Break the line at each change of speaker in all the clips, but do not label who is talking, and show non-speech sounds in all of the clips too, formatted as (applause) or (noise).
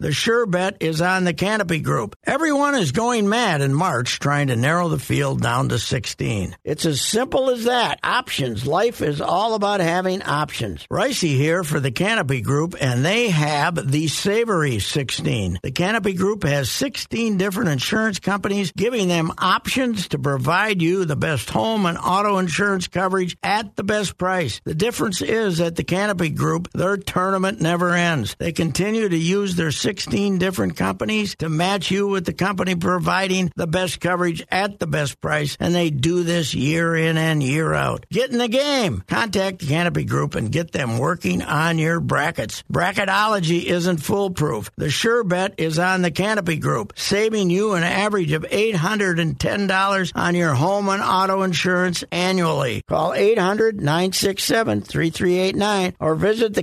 The sure bet is on the Canopy Group. Everyone is going mad in March trying to narrow the field down to 16. It's as simple as that. Options. Life is all about having options. Ricey here for the Canopy Group, and they have the Savory 16. The Canopy Group has 16 different insurance companies giving them options to provide you the best home and auto insurance coverage at the best price. The difference is at the Canopy Group, their tournament never ends. They continue to use their 16 different companies to match you with the company providing the best coverage at the best price, and they do this year in and year out. Get in the game. Contact the Canopy Group and get them working on your brackets. Bracketology isn't foolproof. The sure bet is on the Canopy Group, saving you an average of $810 on your home and auto insurance annually. Call 800 967 3389 or visit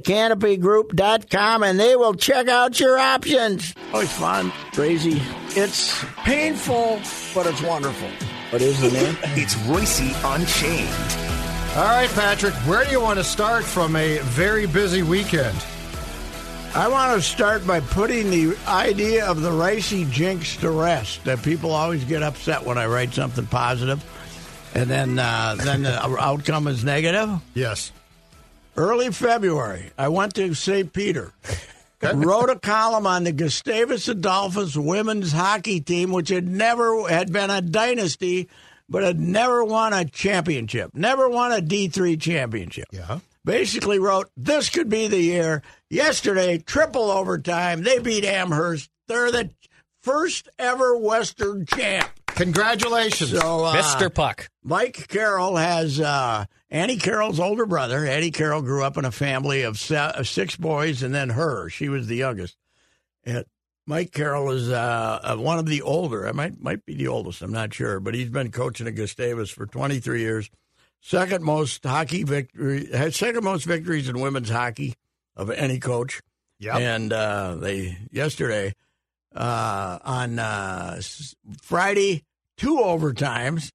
thecanopygroup.com and they will check out your options. Oh, it's fun, crazy. It's painful, but it's wonderful. What is the name?
It's Royce Unchained.
All right, Patrick, where do you want to start from a very busy weekend?
I want to start by putting the idea of the ricey jinx to rest. That people always get upset when I write something positive, and then uh, then the outcome is negative.
Yes.
Early February, I went to St. Peter. wrote a column on the Gustavus Adolphus women's hockey team, which had never had been a dynasty, but had never won a championship, never won a D three championship.
Yeah.
Basically, wrote this could be the year. Yesterday, triple overtime, they beat Amherst. They're the first ever Western champ.
Congratulations.
So, uh,
Mr. Puck.
Mike Carroll has uh, Annie Carroll's older brother. Annie Carroll grew up in a family of se- of six boys and then her. She was the youngest. And Mike Carroll is uh, uh, one of the older. I might might be the oldest. I'm not sure, but he's been coaching at Gustavus for 23 years. Second most hockey victory, had second most victories in women's hockey of any coach.
Yep.
And uh, they yesterday uh, on uh, s- Friday two overtimes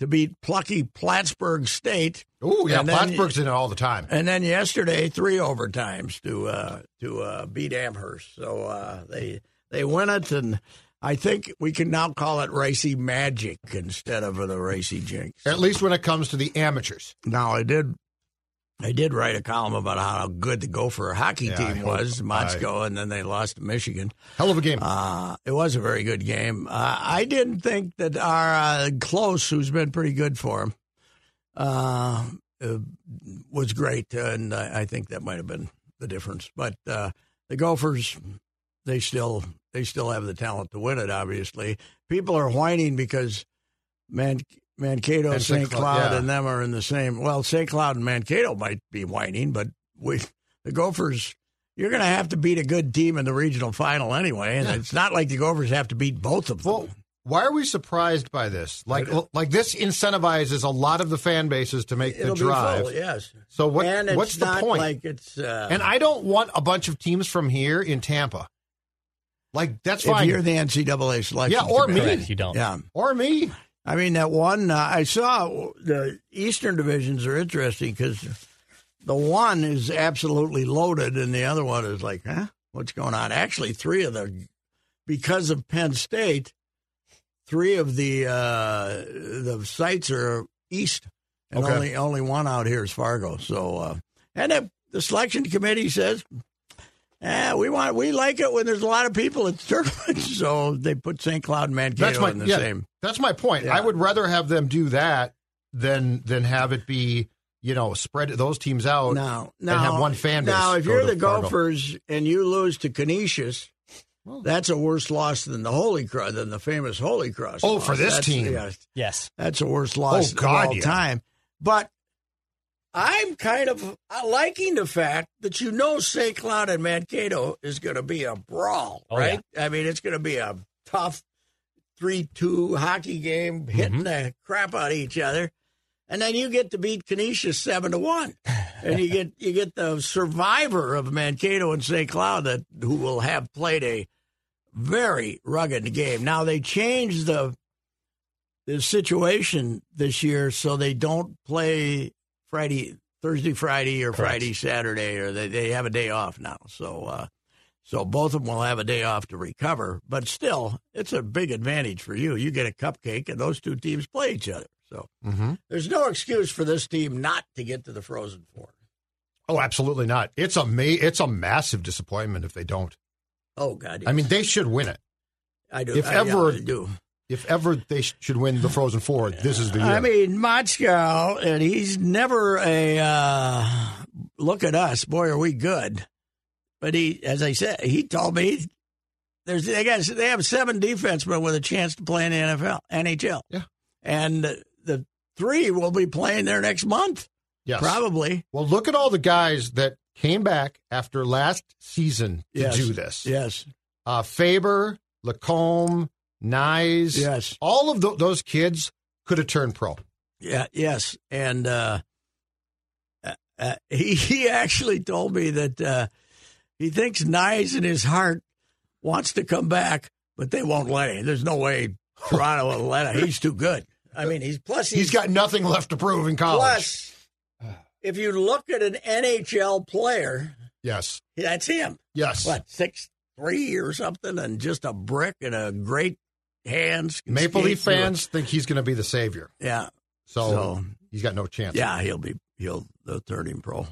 to beat plucky Plattsburgh State,
Ooh, yeah,
And then-
Plattsburgh's in it all the time.
and then yesterday three overtimes to uh, to uh, beat Amherst. So uh, they they win it, and I think we can now call it Racy Magic instead of the Racy Jinx.
At least when it comes to the amateurs.
Now I did. I did write a column about how good the Gopher hockey
Yeah, I
team
hope-
was,
I-
Motzko, and then they lost to Michigan.
Hell of a game.
Uh, it was a very good game. Uh, I didn't think that our uh, close, who's been pretty good for him, uh, uh, was great, and I, I think that might have been the difference. But uh, the Gophers, they still they still have the talent to win it. Obviously, people are whining because Man. Mankato,
And
St.
St. Cloud,
Cloud,
yeah.
and them are in the same. Well, St. Cloud and Mankato might be whining, but we, the Gophers, you're going to have to beat a good team in the regional final anyway, and it's not like the Gophers have to beat both of them.
well, why are we surprised by this? Like, like this incentivizes a lot of the fan bases to make
It'll
the drive.
be full, yes.
So what?
and it's
what's the
not
point?
Like it's uh,
and I don't want a bunch of teams from here in Tampa. Like that's
if
fine.
you're the NCAA selection,
Yeah, or me.
committee.
Correct, you don't.
Yeah,
or me.
I mean that one. Uh, I saw the Eastern divisions are interesting because the one is absolutely loaded, and the other one is like, huh, what's going on? Actually, three of the because of Penn State, three of the uh, the sites are east, and
Okay.
only only one out here is Fargo. So, uh, and it, the selection committee says Eh, we want we like it when there's a lot of people at tournaments, (laughs) so they put St. Cloud and Mankato
That's my
in the
yeah,
same.
That's my point.
Yeah.
I would rather have them do that than than have it be you know spread those teams out.
Now,
and
now,
have one fan base
Now, if
go
you're
to
the
Fargo.
Gophers and you lose to Canisius, that's a worse loss than the Holy Cross, than the famous Holy Cross.
Oh,
loss.
for this
That's-
team.
yeah,
Yes.
that's the worst loss
Oh, God,
of all
yeah.
time. But I'm kind of uh, liking the fact that you know St. Cloud and Mankato is going to be a brawl,
Oh,
right? I mean, it's going to be a tough three-two hockey game,
Mm-hmm.
hitting the crap out of each other, and then you get to beat Canisius seven to
(laughs)
one, and you get you get the survivor of Mankato and St. Cloud that who will have played a very rugged game. Now they changed the the situation this year so they don't play Friday, Thursday, Friday, or
Correct.
Friday, Saturday, or they, they have a day off now. So, uh, so both of them will have a day off to recover. But still, it's a big advantage for you. You get a cupcake, and those two teams play each other. So
Mhm.
there's no excuse for this team not to get to the Frozen Four.
Oh, absolutely not. It's a ma- it's a massive disappointment if they don't.
Oh God!
I mean, they should win it.
I do.
if
I, yeah,
ever-
I do.
If ever they sh- should win the Frozen Four, this is the year.
I mean, Moscow, and he's never a uh, look at us. Boy, are we good! But he, as I said, he told me there's they got they have seven defensemen with a chance to play in the NFL, NHL.
Yeah.
and the three will be playing there next month,
yes.
probably.
Well, look at all the guys that came back after last season to
Yes.
do this.
Yes,
Uh, Faber, Lacombe, Nyes.
yes,
All of tho- those kids could have turned pro.
yeah, yes, and uh, uh, uh, (laughs) he he actually told me that uh, he thinks Nyes in his heart wants to come back, but they won't let him. There's no way Toronto will let him. He's too good. I mean, he's plus
He's got Ah. nothing left to prove in college.
plus. If you look at an NHL player,
Yes.
that's him.
Yes.
What six three or something, and just a brick and a great hands. can
Maple
skate
Leaf
through it.
fans think he's going to be the savior.
yeah,
So,
So-
he's got no chance.
yeah, he'll be he'll they'll turn him pro,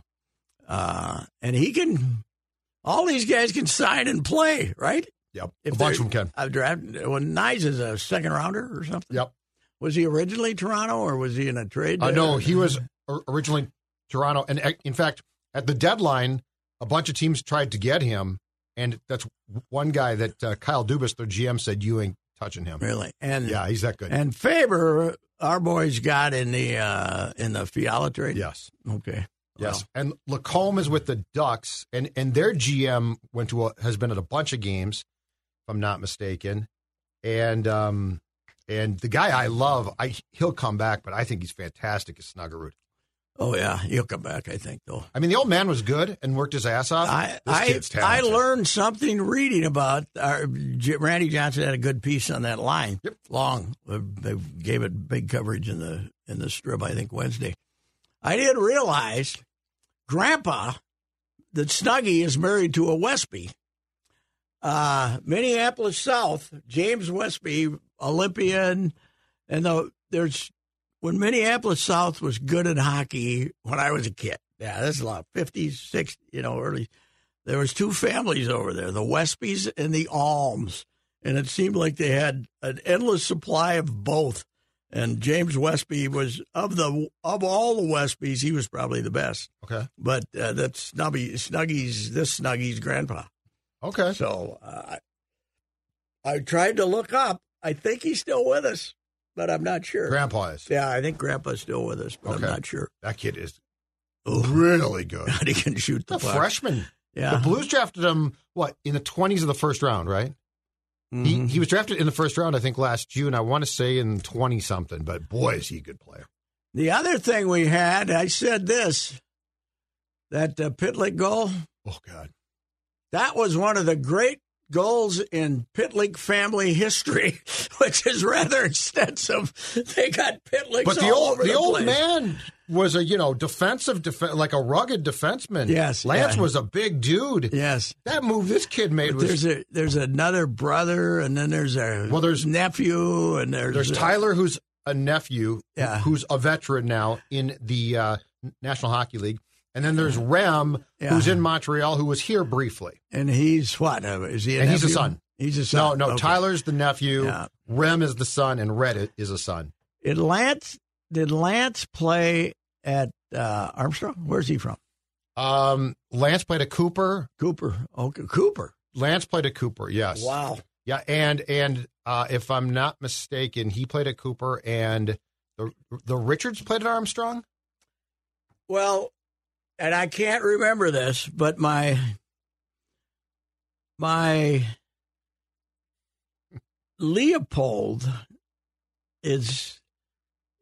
uh, and he can. All these guys can sign and play, right?
Yep.
If
a bunch of
they're-
them can.
I've drafted when Nyes is a second rounder or something.
Yep.
Was he originally Toronto or was he in a trade?
Uh, no,
there?
he was or- originally Toronto. And uh, in fact, at the deadline, a bunch of teams tried to get him. And that's one guy that uh, Kyle Dubas, their GM, said, You ain't touching him.
really, and
Yeah, he's that good.
and Faber, our boys got in the uh, in the Fiala trade.
yes.
Okay.
Yes, and Lacombe is with the Ducks, and and their GM went to a, has been at a bunch of games, if I'm not mistaken, and um and the guy I love, I he'll come back, but I think he's fantastic is Snuggerud.
Well, oh yeah, he'll come back, I think though.
I mean, the old man was good and worked his ass off.
I
this
I,
kid's
I
talented.
learned something reading about our, J- Randy Johnson had a good piece on that line.
Yep.
Long Uh, they gave it big coverage in the in the strip I think Wednesday. I didn't realize Grandpa that Snuggie is married to a Westby. Uh, Minneapolis South, James Westby, Olympian, and the, there's when Minneapolis South was good at hockey when I was a kid. Yeah, that's a lot. 50s, 60s, you know, early. There was two families over there, the Westbys and the Alms, and it seemed like they had an endless supply of both. And James Westby was of the of all the Westbys, he was probably the best.
Okay,
But uh, that's Snubby, Snuggy's this Snuggy's grandpa.
okay,
So uh, I I tried to look up. I think he's still with us, but I'm not sure.
Grandpa is
Yeah, I think Grandpa's still with us, but
Okay.
I'm not sure.
that kid is
Oh, (laughs)
really good.
God, he can shoot the
The
puck.
freshman,
Yeah.
the Blues drafted him what in the 20s of the first round, right? He
Mhm.
he was drafted in the first round, I think, last June. I want to say in 20 something, but boy, is he a good player.
the other thing we had, I said this, that uh, Pitlick goal,
Oh God.
that was one of the great goals in Pitlick family history, (laughs) which is rather extensive. They got Pitlicks
But the
all
old
over
the,
the,
old
place.
man was a you know defensive defen like a rugged defenseman.
Yes,
Lance
yeah.
was a big dude.
Yes.
That move this kid made
But
was
there's a there's another brother, and then there's a
Well, there's-
nephew, and there's
there's
a-
Tyler who's a nephew
Yeah.
who's a veteran now in the uh, National Hockey League, And then there's Rem,
Yeah.
who's in Montreal, who was here briefly.
And he's what? Uh, Is he? A
And he's a
nephew?
son.
He's a
No,
son.
no,
Okay.
Tyler's the nephew.
Yeah.
Rem is the son, and Red i- is a son.
Did Lance? Did Lance play at uh, Armstrong? Where's he from?
Um, Lance played a Cooper.
Cooper. Okay, Cooper.
Lance played a Cooper. Yes.
Wow.
Yeah, and and uh, if I'm not mistaken, he played at Cooper, and the the Richards played at Armstrong.
Well, and I can't remember this, but my my Leopold is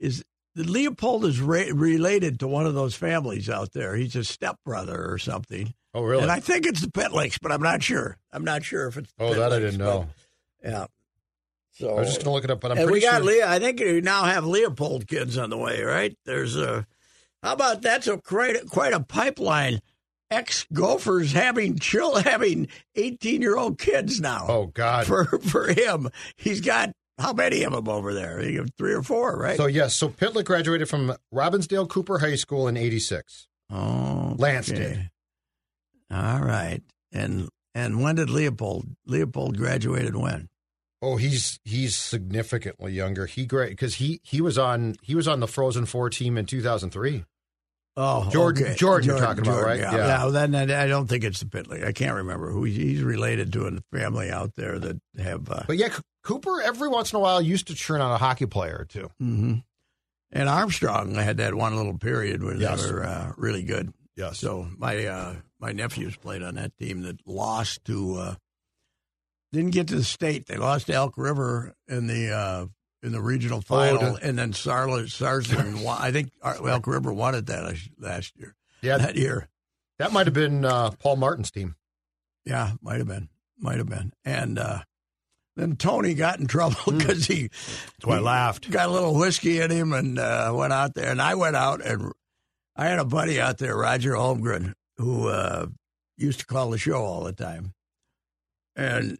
is Leopold is re- related to one of those families out there. He's a stepbrother or something.
Oh,
And I think it's the Pitlicks, but I'm not sure. I'm not sure if it's the
oh, that I
Pitlicks, but-
didn't know.
yeah. So
I was just gonna look it up, but I'm
and
pretty
we got
sure.
Leah. I think you now have Leopold kids on the way, right? There's a. How about that's a quite quite a pipeline. Ex Gophers having chill (laughs) having eighteen year old kids now.
oh God.
for for him, he's got how many of them over there? You have three or four, right?
So yes, so Pitlick graduated from Robbinsdale Cooper High School in '86.
oh,
Lance
okay.
did.
All right, and and when did Leopold Leopold graduated? When?
Oh, he's he's significantly younger. He great because he he was on he was on the Frozen Four team in 2003.
Oh,
Jordan-
okay.
Jordan you're talking about, right?
Yeah.
Yeah.
Yeah, well, then I I don't think it's the Pitlick. I can't remember who he's, he's related to in the family out there that have. Uh,
But yeah, C- Cooper every once in a while used to churn out a hockey player or two.
mhm. And Armstrong had that one little period where
Yes.
they were uh, really good.
Yes.
So my uh, my nephews played on that team that lost to uh, didn't get to the state. They lost to Elk River in the uh, in the regional final,
did-
and then Sarla
(laughs)
Sarsen. won. I think Ar- Elk River wanted that last- last year.
yeah, that,
That year.
might have been uh, Paul Martin's team.
Yeah, might have been, might have been. And uh, then Tony got in trouble because he,
Hmm. why I
he
laughed.
Got a little whiskey in him and uh, went out there. And I went out and I had a buddy out there, Roger Holmgren, who uh, used to call the show all the time. And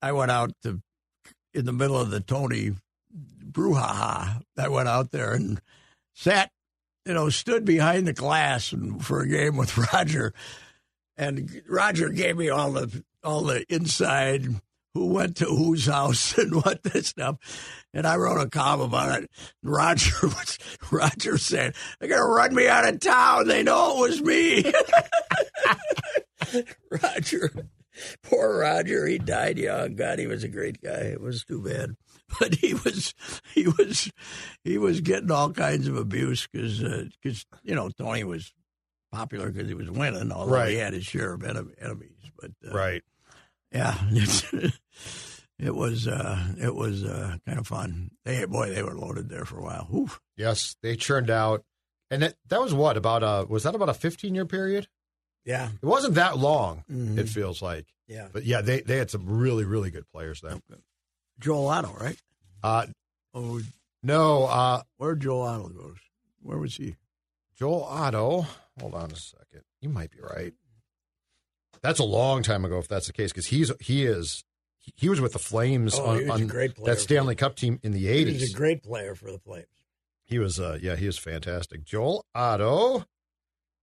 I went out to in the middle of the Tony brouhaha. I went out there and sat, you know, stood behind the glass and for a game with (laughs) Roger and Roger gave me all the all the inside who went to whose house (laughs) and what this stuff, and I wrote a column about it. Roger (laughs) was Roger said they're gonna run me out of town. They know it was me. (laughs) Roger, poor Roger, he died young. God, he was a great guy. It was too bad, (laughs) but he was he was he was getting all kinds of abuse because you know Tony was popular because he was winning, although
Right.
he had his share of enem- enemies. But uh,
Right.
yeah, (laughs) it was uh, it was uh, kind of fun. They boy, they were loaded there for a while. Oof.
Yes, they churned out, and that that was what about a was that about a 15 year period?
Yeah,
It wasn't that long.
Mhm.
It feels like,
yeah.
but yeah, they they had some really really good players there.
Joel Otto, right?
Uh,
Oh,
no, uh,
where Joel Otto goes? Where was he?
Joel Otto. Hold on a second. You might be right. That's a long time ago, if that's the case, because he's he is he was with the Flames
Oh,
on,
he was a
on
great player.
that Stanley Cup team in the
He was
eighties.
a great player for the Flames.
he was, uh, yeah, he was fantastic. Joel Otto.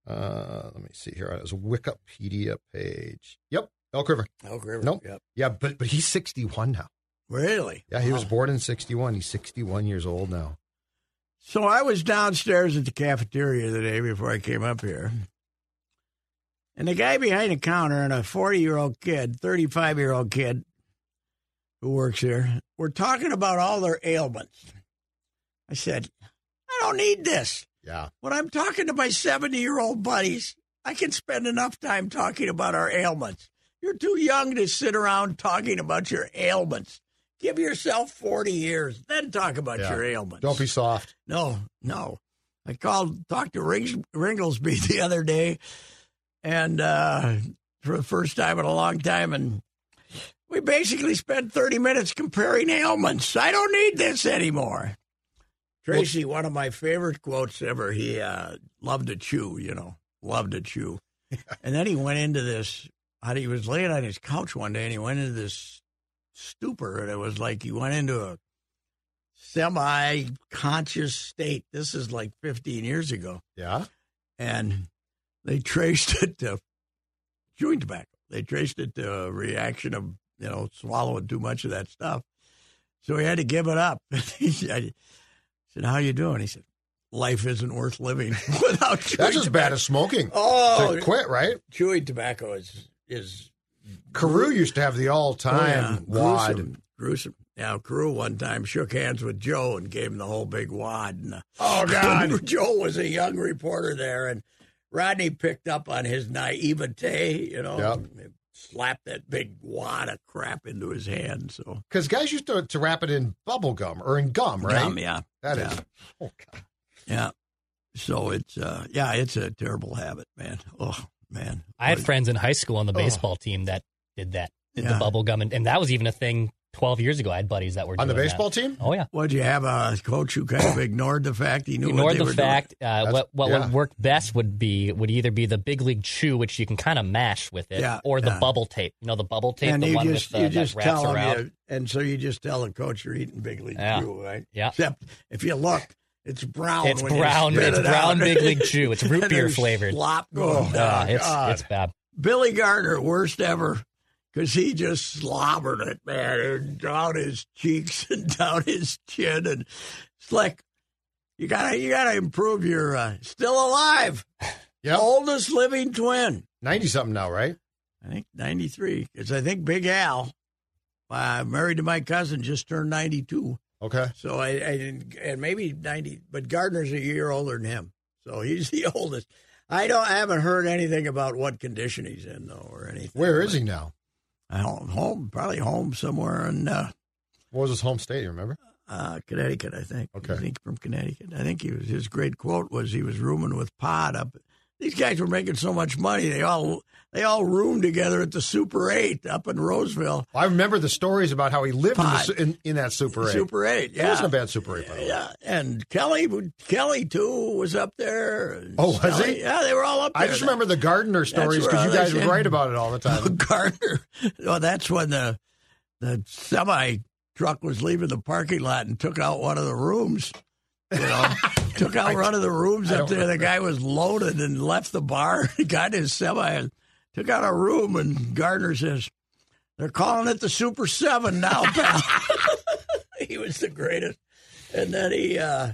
Uh, let me see here. It was a Wikipedia page. Yep, Elk River.
Elk River.
Nope.
Yep.
Yeah, but but he's sixty one now.
Really?
Yeah, he was
Wow.
born in sixty one. He's sixty one years old now.
So I was downstairs at the cafeteria the day before I came up here. And the guy behind the counter and a 40 year old kid, 35 year old kid who works here, were talking about all their ailments. I said, I don't need this.
Yeah,
When I'm talking to my 70 year old buddies, I can spend enough time talking about our ailments. You're too young to sit around talking about your ailments. Give yourself 40 years, then talk about
Yeah.
your ailments.
don't be soft.
No, no. I called, talked to Ring, Ringlesby (laughs) the other day, and uh, for the first time in a long time, and we basically spent 30 minutes comparing ailments. I don't need this anymore. Tracy, one of my favorite quotes ever, he uh, loved to chew, you know, loved to chew. and then he went into this, how he was laying on his couch one day, and he went into this stupor, and it was like he went into a semi conscious state. This is like 15 years ago.
Yeah,
And They traced it to chewing tobacco. They traced it to a reaction of you know swallowing too much of that stuff. So he had to give it up. (laughs) he said, I said, "How you doing?" He said, "Life isn't worth living (laughs) without chewing."
That's as bad
tobacco."
as smoking.
oh,
to quit, right?
chewing tobacco is is
Carew used to have the all-time
Oh, yeah.
wad.
Gruesome. Gruesome. Now, Carew one time shook hands with Joe and gave him the whole big wad. And, uh, (laughs)
Oh
Joe was a young reporter there, and Rodney picked up on his naivete, you know,
Yep.
and slapped that big wad of crap into his hand. So,
Because guys used to, to wrap it in bubble gum or in gum, right?
Um, yeah,
That
yeah.
is. Oh God.
yeah. So it's uh, yeah, it's a terrible habit, man. Oh man,
I had friends in high school on the baseball team that did that, did
Yeah.
the bubble gum, and, and that was even a thing 12 years ago. I had buddies that were
On the
doing that.
baseball team?
Oh yeah,
What'd you have a coach who
(coughs)
kind of ignored the fact he knew what
ignored
they
the
were doing?
fact uh,
That's-
what what
yeah.
would work best would be would either be the big league chew, which you can kind of mash with it,
Yeah,
or the
yeah.
bubble tape. You know the bubble tape,
and
the
you
one
just
with
you
the,
just
that wraps
tell 'em
around.
you- and so you just tell the coach you're eating big league
Yeah.
chew, right?
Yeah.
Except if you look, it's brown.
It's
when you
brown.
spit
It's
it
brown
out.
big league
(laughs)
chew. It's root
And
beer
there's (laughs)
flavored.
Slop going
Uh,
down.
it's
God.
it's bad.
Billy Garner, worst ever, because he just slobbered it, man, and down his cheeks (laughs) and down his chin, and it's like you gotta you gotta improve your uh, still alive,
Yeah.
oldest living twin.
90 something now, right?
I think 93, because I think Big Al, uh, married to my cousin, just turned 92.
Okay.
So I, I didn't, and maybe 90, but Gardner's a year older than him. So he's (laughs) the oldest. I don't, I haven't heard anything about what condition he's in, though, or anything.
Where is he now?
I don't, home, probably home somewhere in uh,
What was his home state? You remember?
uh, Connecticut, I think.
Okay.
I think from Connecticut. I think he was, his great quote was he was rooming with Pod up. These guys were making so much money. They all, they all roomed together at the Super 8 up in Roseville.
I remember the stories about how he lived in, the,
Pod.
su- in, in that Super 8.
Super Eight.
It
Yeah,
wasn't a bad Super 8, by the way.
yeah. And Kelly, Kelly too was up there.
Oh, was
Kelly-
he?
Yeah, they were all up there.
I just remember the gardener stories
where
because you
I
guys
was
would
in.
write about it all the
(laughs)
time.
Gardner. Well, that's when the the semi truck was leaving the parking lot and took out one of the rooms. You
(laughs)
know, took out one of the rooms
I
up
don't
there. The guy was loaded and left the bar. (laughs) Got in his semi and took out a room. And Gardner says, "They're calling it the Super Seven
(laughs)
now, pal." (laughs) he was the greatest. And then he, uh,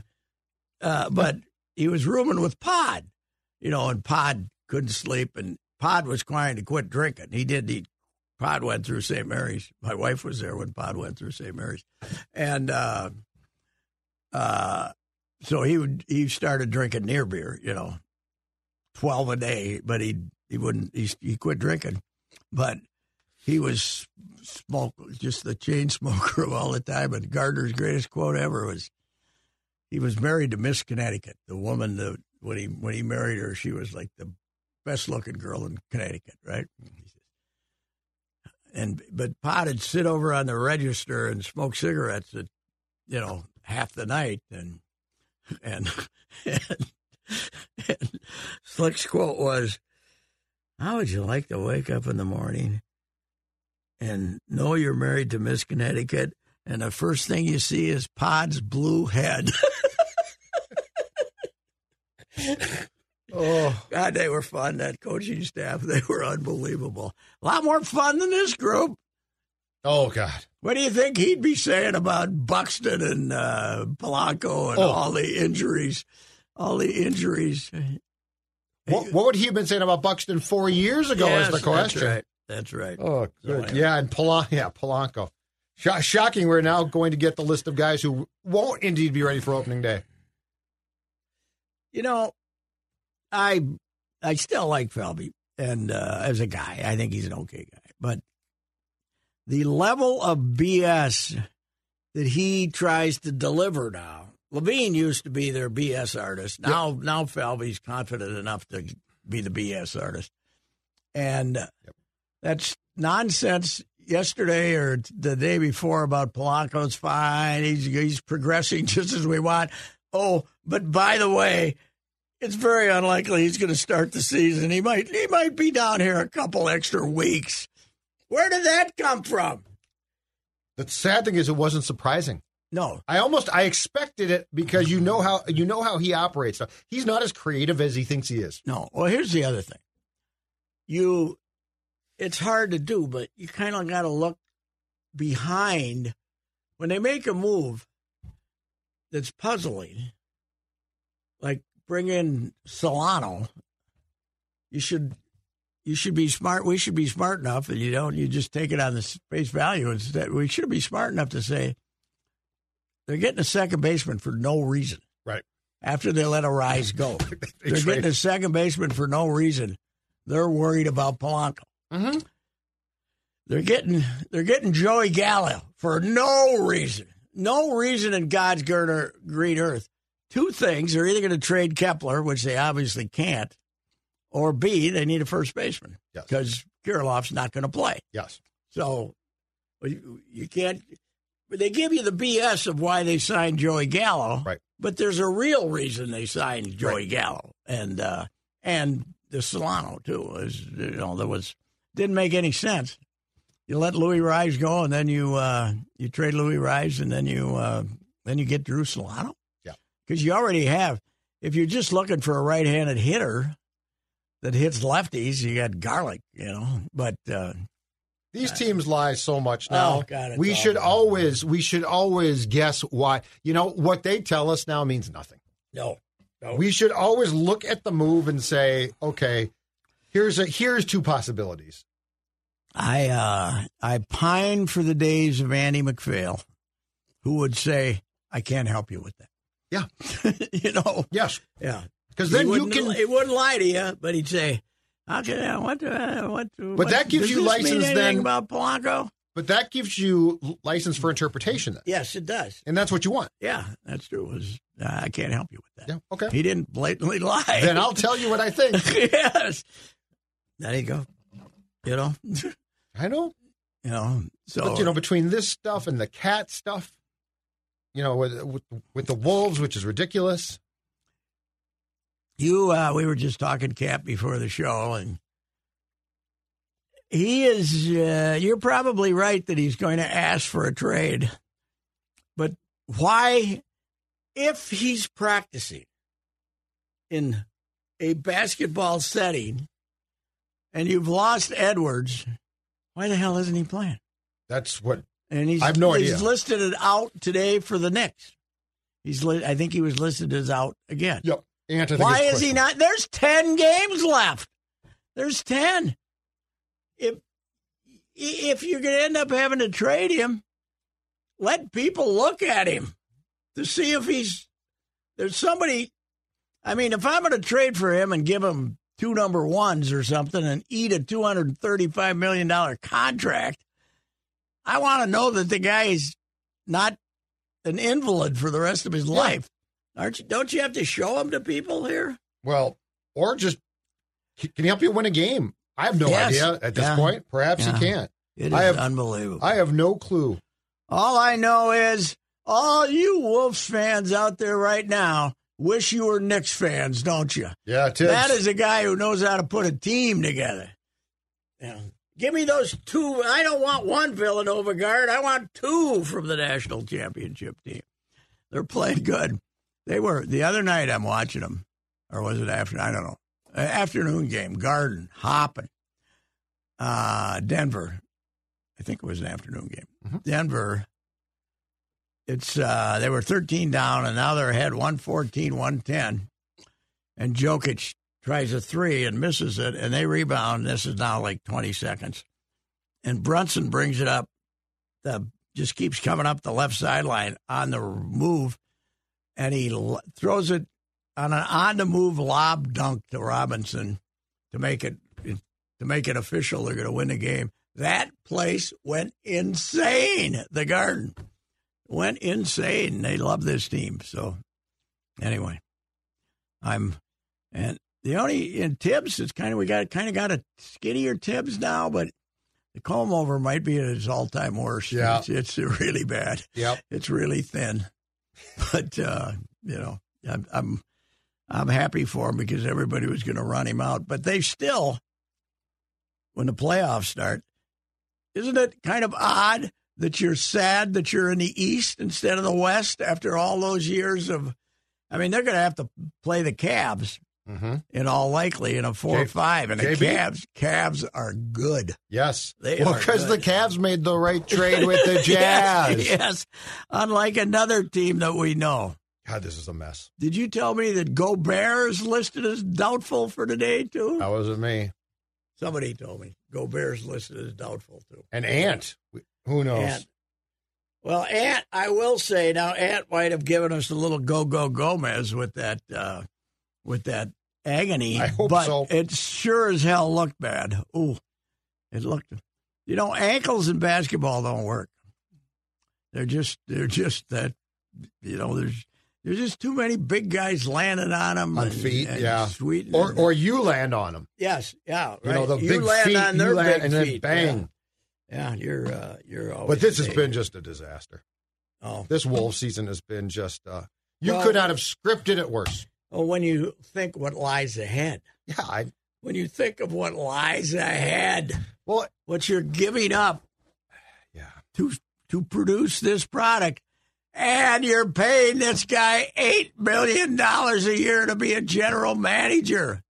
uh, but he was rooming with Pod, you know, and Pod couldn't sleep, and Pod was trying to quit drinking. He did. He Pod went through St. Mary's. My wife was there when Pod went through St. Mary's, and uh, uh, so he would he started drinking near beer, you know, twelve a day, but he he wouldn't he he quit drinking, but he was smoke just the chain smoker of all the time. And Gardner's greatest quote ever was, he was married to Miss Connecticut, the woman that when he when he married her, she was like the best looking girl in Connecticut, right? And but Pot'd sit over on the register and smoke cigarettes at you know half the night and and (laughs) and, and Slick's quote was, "How would you like to wake up in the morning and know you're married to Miss Connecticut?" And the first thing you see is Pod's blue head. (laughs)
Oh,
God, they were fun. That coaching staff, they were unbelievable. A lot more fun than this group.
oh God.
What do you think he'd be saying about Buxton and uh, Polanco and
Oh.
all the injuries? All the injuries.
What, what would he have been saying about Buxton four years ago
Yes,
is the question.
That's right. That's right.
Oh,
good.
good. Yeah, and Polan- yeah, Polanco. Sho- shocking, we're now going to get the list of guys who won't indeed be ready for opening day.
You know, I I still like Falvey, and uh, as a guy, I think he's an okay guy. But the level of BS that he tries to deliver now, Levine used to be their BS artist. Now, now Falvey's confident enough to be the BS artist, and that's nonsense. Yesterday or t- the day before about Polanco's fine. He's he's progressing (laughs) just as we want. Oh, but by the way, it's very unlikely he's going to start the season. He might he might be down here a couple extra weeks. Where did that come from?
The sad thing is, it wasn't surprising.
No,
I almost I expected it because you know how you know how he operates. He's not as creative as he thinks he is.
no. Well, here's the other thing. You, it's hard to do, but you kind of got to look behind when they make a move that's puzzling, like bring in Solano. You should, you should be smart. We should be smart enough, and you don't. You just take it on the face value instead. We should be smart enough to say they're getting a second baseman for no reason.
Right.
After they let a rise go, they're getting a second baseman for no reason. They're worried about Polanco.
hmm
They're getting they're getting Joey Gallo for no reason. No reason in God's girder, green earth. Two things: they're either going to trade Kepler, which they obviously can't, or B, they need a first baseman
Yes.
because Kirilov's not going to play.
Yes.
So you, you can't. but They give you the BS of why they signed Joey Gallo,
Right.
But there's a real reason they signed Joey Gallo and uh, and the Solano too. Is you know that was didn't make any sense. You let Louis Rise go, and then you uh, you trade Louis Rise, and then you uh, then you get Drew Solano.
Yeah.
because you already have. If you're just looking for a right-handed hitter that hits lefties, you got Garlic, you know. But uh,
These teams lie so much now.
Oh, God, it's
we should
awful.
always we should always guess why. You know what they tell us now means nothing.
no, no,
We should always look at the move and say, okay, here's a here's two possibilities.
I uh, I pine for the days of Andy McPhail, who would say, "I can't help you with
Yeah.
that." (laughs) you know,
Yes.
yeah.
Because then
He
you
wouldn't-
can
He wouldn't lie to you, but he'd say, "How can I? What? Uh, what? But
that gives you license then-
about Polanco?
but that gives you license for interpretation then.
Yes, it does.
And that's what you want.
Yeah, that's true. It was uh, I can't help you with that?
Yeah. Okay.
He didn't blatantly (laughs) lie.
Then I'll tell you what I think.
yes. There you go. You know. you
I know.
know. So
But, you know, between this stuff and the cat stuff, you know, with with, with the wolves, which is ridiculous.
You, uh, we were just talking Cap before the show, and he is. Uh, you're probably right that he's going to ask for a trade, but why? If he's practicing in a basketball setting, and you've lost Edwards, why the hell isn't he playing?
That's what
And he's
I have no
he's
idea.
listed it out today for the Knicks. He's li- I think he was listed as out again.
Yep. And I think
Why
it's
is he
pushing.
not? There's 10 games left. There's 10. If if you're going to end up having to trade him, let people look at him to see if he's there's somebody I mean, if I'm going to trade for him and give him two number ones or something and eat a $235 million contract, I want to know that the guy is not an invalid for the rest of his life. Aren't you, don't you have to show him to people here?
Well, or just can he help you win a game? I have no
Yes.
idea at this
Yeah.
point. Perhaps
Yeah.
he can.
It is
I have-
unbelievable.
I have no clue.
all I know is all you Wolves fans out there right now wish you were Knicks fans, don't you?
Yeah, Tibbs.
That is a guy who knows how to put a team together. Yeah. Give me those two. I don't want one Villanova guard. I want two from the national championship team. They're playing good. They were the other night. I'm watching them, or was it after? I don't know. Uh, Afternoon game, Garden hopping. Uh, Denver, I think it was an afternoon game. Denver. It's uh, they were 13 down, and now they're ahead 114, 110 and Jokic tries a three and misses it, and they rebound. This is now like 20 seconds. And Brunson brings it up, the, just keeps coming up the left sideline on the move, and he l- throws it on an on the move lob dunk to Robinson to make it to make it official. They're going to win the game. That place went insane. The Garden went insane. They love this team. So anyway, I'm and the only in Tibbs it's kind of we got kind of got a skinnier Tibbs now, but the comb over might be at its all time worst.
Yeah.
It's, it's really bad.
Yep.
It's really thin, (laughs) but uh, you know I'm I'm I'm happy for him because everybody was going to run him out, but they still when the playoffs start. Isn't it kind of odd that you're sad that you're in the East instead of the West after all those years of? I mean, they're going to have to play the Cavs
Mm-hmm.
in all likely in a four
J-
or five, and the
JB?
Cavs Cavs are good.
Yes.
They
well,
are
because the
good.
Cavs made the right trade with the Jazz.
(laughs) yes, yes, unlike another team that we know.
God, this is a mess.
Did you tell me that Gobert is listed as doubtful for today too?
That wasn't me.
Somebody told me Gobert's listed as doubtful too.
And Ant. Who knows?
Ant. Well, Ant, I will say now, Ant might have given us a little go go Gomez with that uh, with that agony.
I hope
but
so.
It sure as hell looked bad. Ooh, it looked. You know, ankles in basketball don't work. They're just they're just that. You know, there's there's just too many big guys landing on them
On feet, yeah.
sweet
Or or you land on them.
yes, yeah, right.
You know, the big
land
feet,
on their
you land,
big
and then
feet,
bang.
yeah. Yeah, you're uh, you're always.
But this has
safe.
been just a disaster.
oh.
This Wolf season has been just, uh, you
Well-
could not have scripted it worse.
oh, when you think what lies ahead,
Yeah. I,
when you think of what lies ahead,
well,
what you're giving up
yeah.
to to produce this product, and you're paying this guy eight million dollars a year to be a general manager.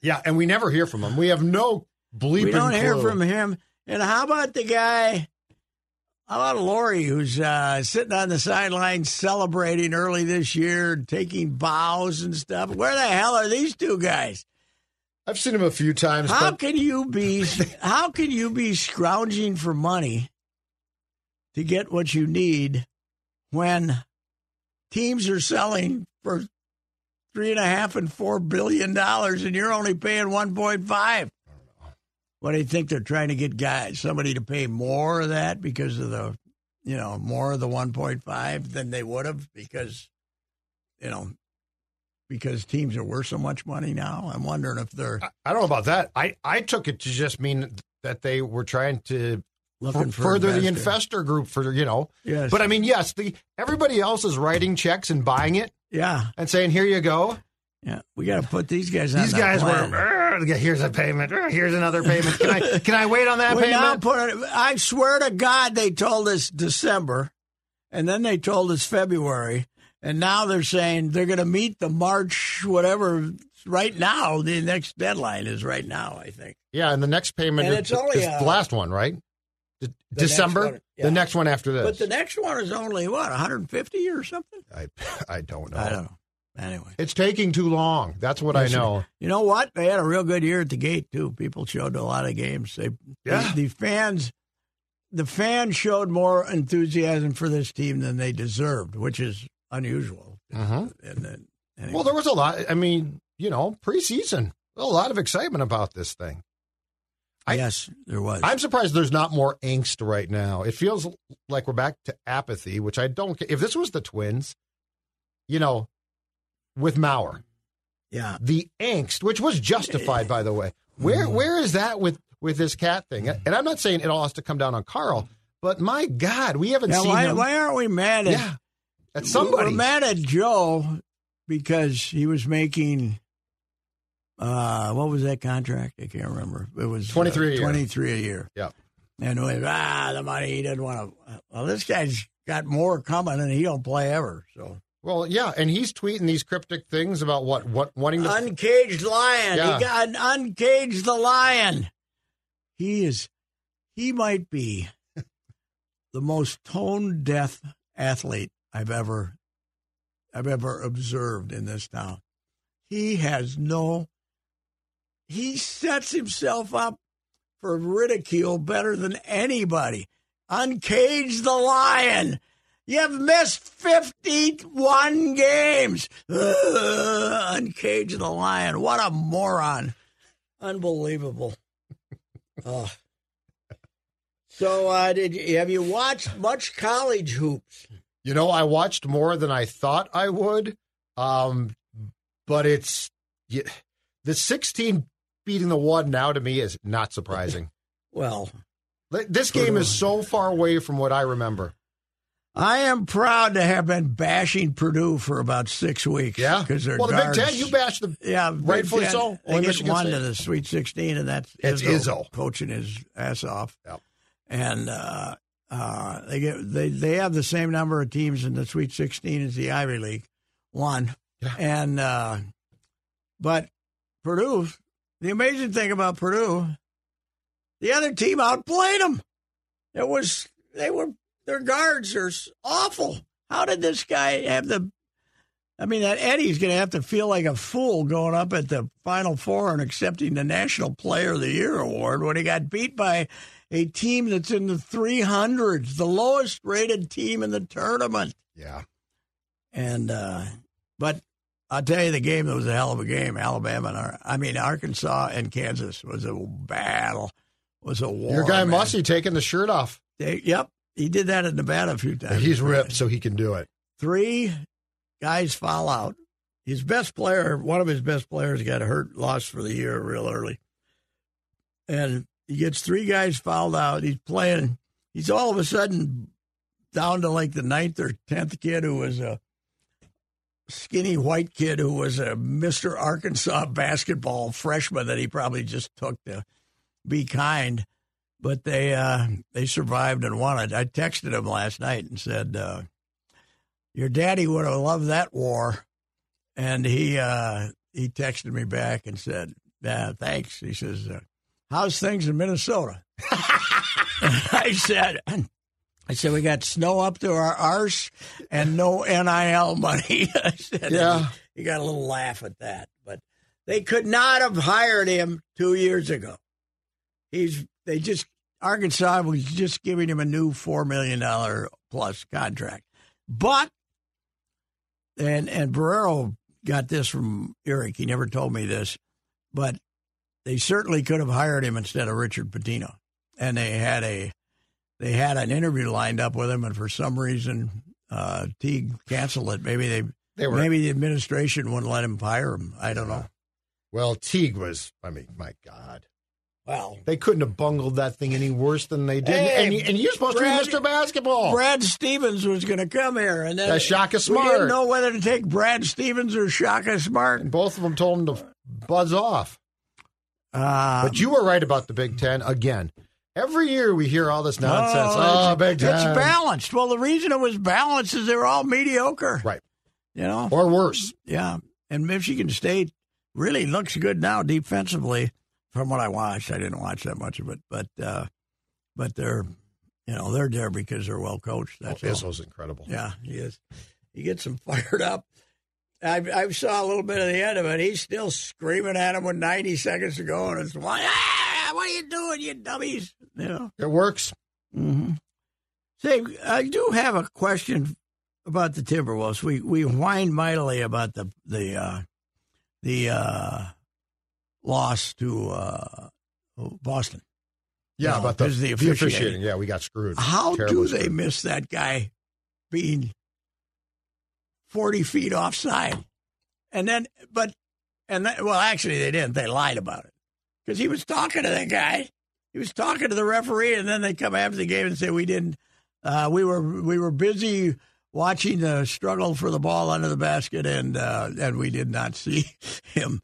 Yeah. And we never hear from him. We have no bleeping
we don't hear
clue.
from him. And how about the guy? How about Lori, who's uh, sitting on the sidelines celebrating early this year, taking bows and stuff? Where the hell are these two guys?
I've seen him a few times.
How
but
can you be? How can you be scrounging for money to get what you need when teams are selling for three and a half and four billion dollars, and you're only paying one point five? What do you think they're trying to get guys somebody to pay more of that because of the, you know, more of the one point five than they would have because, you know, because teams are worth so much money now. I'm wondering if they're
I, I don't know about that. I, I took it to just mean that they were trying to
looking for
further the
investor.
investor group for, you know.
Yes.
But I mean, yes, the everybody else is writing checks and buying it
yeah,
and saying, "Here you go."
yeah, we got to put these guys. on
These
the
guys
plan.
were "Arr, here's a payment. Arr, Here's another payment.
(laughs)
Can I can I wait on that
We now
payment?
put it, I swear to God, they told us December, and then they told us February, and now they're saying they're going to meet the March whatever. Right now, the next deadline is right now. I think
yeah, and the next payment
And
is,
it's only,
is
uh,
the last one, right? De-
the next
December,
one, yeah.
the next one after this.
but the next one is only what 150 or something.
I (laughs) I don't know.
I don't know. Anyway,
It's taking too long. That's what
Listen,
I know.
You know what? They had a real good year at the gate too. People showed a lot of games. They,
Yeah.
the, the fans, the fans showed more enthusiasm for this team than they deserved, which is unusual.
Mhm.
And then, anyway.
Well, there was a lot. I mean, you know, preseason, a lot of excitement about this thing. I-
yes, there was.
I'm surprised there's not more angst right now. It feels like we're back to apathy, which I don't. If this was the Twins, you know, with Maurer,
yeah,
the angst, which was justified, by the way. Where
Mm.
where is that with with this cat thing? And I'm not saying it all has to come down on Carl, but my God, we haven't
yeah.
seen
Why,
him.
why aren't we mad at
yeah, at somebody.
We're mad at Joe because he was making uh, what was that contract? I can't remember. It was uh,
23 a year.
23 a year.
Yep.
And we ah the money he didn't want to. Well, this guy's got more coming, and he don't play ever. So
Well, yeah, and he's tweeting these cryptic things about what what wanting to.
uncaged lion.
Yeah.
He got an uncaged the lion. He is. He might be (laughs) the most tone deaf athlete I've ever, I've ever observed in this town. He has no. He sets himself up for ridicule better than anybody. Uncage the lion. You've missed 51 games. Ugh, uncage the lion. What a moron. Unbelievable. (laughs) Ugh. So, uh, did you, have you watched much college hoops?
You know, I watched more than I thought I would. Um, but it's yeah, the 16 beating the one now to me is not surprising. (laughs)
Well,
Th- this game is (laughs) so far away from what I remember.
I am proud to have been bashing Purdue for about six weeks.
Yeah.
because they're
well, the Big Ten,
guards-
you bashed the.
Yeah,
Rightfully
Big Ten.
so.
They
Only
just
Michigan
won to
State.
the Sweet 16, and that's
It's
Izzo
Izzo.
coaching his ass off.
Yep.
and uh, uh, they get they they have the same number of teams in the Sweet 16 as the Ivy League, one,
Yeah.
and uh, but Purdue. The amazing thing about Purdue, the other team outplayed them. It was they were their guards are s- awful. How did this guy have the? I mean, that Eddie's going to have to feel like a fool going up at the Final Four and accepting the National Player of the Year award when he got beat by a team that's in the 300s, the lowest rated team in the tournament.
Yeah.
And uh, but I'll tell you, the game that was a hell of a game. Alabama and Ar- I mean Arkansas and Kansas was a battle, was a war.
Your guy
man.
Mussy taking the shirt off.
They- yep, he did that in Nevada a few times.
He's ripped, so he can do it.
Three guys foul out. His best player, one of his best players, got hurt, lost for the year real early, and he gets three guys fouled out. He's playing. He's all of a sudden down to like the ninth or tenth kid who was a skinny white kid who was a Mr. Arkansas (laughs) basketball freshman that he probably just took to be kind. But they uh, they survived and won it. I texted him last night and said, uh, "Your daddy would have loved that war," and he uh, he texted me back and said, "Yeah, thanks." He says, uh, "How's things in Minnesota?" (laughs) I said. I said we got snow up to our arse and no NIL money. (laughs) I said,
Yeah.
he, he got a little laugh at that, but they could not have hired him two years ago. He's they just Arkansas was just giving him a new four million dollar plus contract, but and and Barrero got this from Eric. He never told me this, but they certainly could have hired him instead of Richard Pitino, and they had a they had an interview lined up with him, and for some reason uh, Teague canceled it. Maybe they.
They were
Maybe the administration wouldn't let him hire him. I don't know.
well. Teague was. I mean, my God,
Well,
they couldn't have bungled that thing any worse than they did.
Hey,
and, and you're supposed
Brad-
to be Mr. Basketball.
Brad Stevens was going to come here, and then
That's Shaka
We didn't
Smart.
know whether to take Brad Stevens or Shaka Smart.
and both of them told him to
Um,
buzz off.
Uh,
But you were right about the Big Ten again. Every year we hear all this nonsense.
it's-
oh, Big Ten.
It's balanced. Well, the reason it was balanced is they were all mediocre.
Right.
You know.
Or worse.
Yeah, and Michigan State really looks good now defensively. From what I watched, I didn't watch that much of it, but uh, but they're you know they're there because they're well coached. That's
oh,
all.
Izzo's incredible.
Yeah, he is. He gets him (laughs) fired up. I, I saw a little bit of the end of it. He's still screaming at him with 90 seconds to go, and it's like, ah, what are you doing, you dummies? You know.
It works.
Mm-hmm. Say, I do have a question about the Timberwolves. We we whined mightily about the the uh, the uh, loss to uh, Boston.
Yeah,
No,
about the,
this is the
the
officiating.
officiating. Yeah, we got screwed.
How
Terribly
do they
screwed.
miss that guy being 40 feet offside? And then, but, and that, well, actually, they didn't. They lied about it because he was talking to that guy. He was talking to the referee, and then they come after the game and say we didn't. Uh, we were we were busy watching the struggle for the ball under the basket, and uh, and we did not (laughs) see him.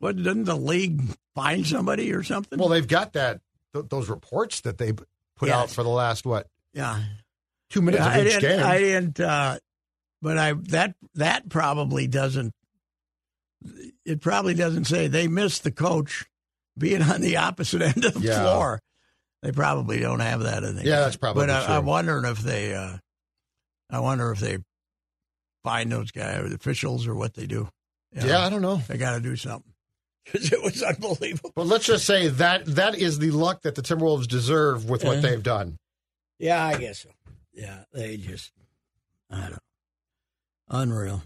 What didn't the league find somebody or something?
Well, they've got that th- those reports that they put
Yeah.
out for the last what
yeah.
two minutes
Yeah,
of each
I didn't,
game.
I didn't, uh, but I that that probably doesn't. It probably doesn't say they missed the coach being on the opposite (laughs) end of the
Yeah.
floor. They probably don't have that in the
Yeah, that's probably
But I, I'm
true.
wondering if they, uh, I wonder if they find those guys, or the officials, or what they do. You
yeah.
know,
I don't know.
they got to do something (laughs) because it was unbelievable.
But let's just say that that is the luck that the Timberwolves deserve with what
Uh-huh.
they've done.
Yeah, I guess so. Yeah, they just, I don't, know. unreal.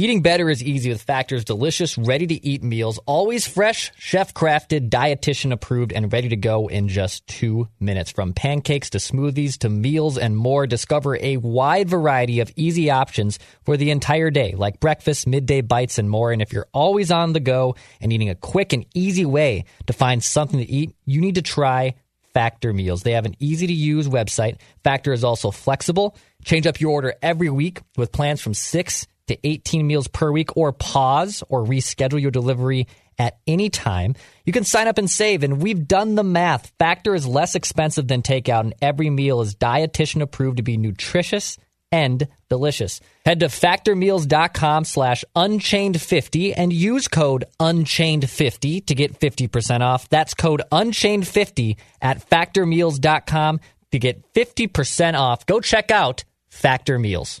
Eating better is easy with Factor's delicious, ready to eat meals, always fresh, chef crafted, dietitian approved, and ready to go in just two minutes. From pancakes to smoothies to meals and more, discover a wide variety of easy options for the entire day, like breakfast, midday bites, and more. And if you're always on the go and needing a quick and easy way to find something to eat, you need to try. Factor meals. They have an easy to use website. Factor is also flexible. Change up your order every week with plans from 6 to 18 meals per week or pause or reschedule your delivery at any time. You can sign up and save, and we've done the math. Factor is less expensive than takeout, and every meal is dietitian approved to be nutritious and delicious. Head to factormeals.com slash unchained50 and use code unchained50 to get 50% off. That's code unchained50 at factormeals.com to get 50% off. Go check out Factor Meals.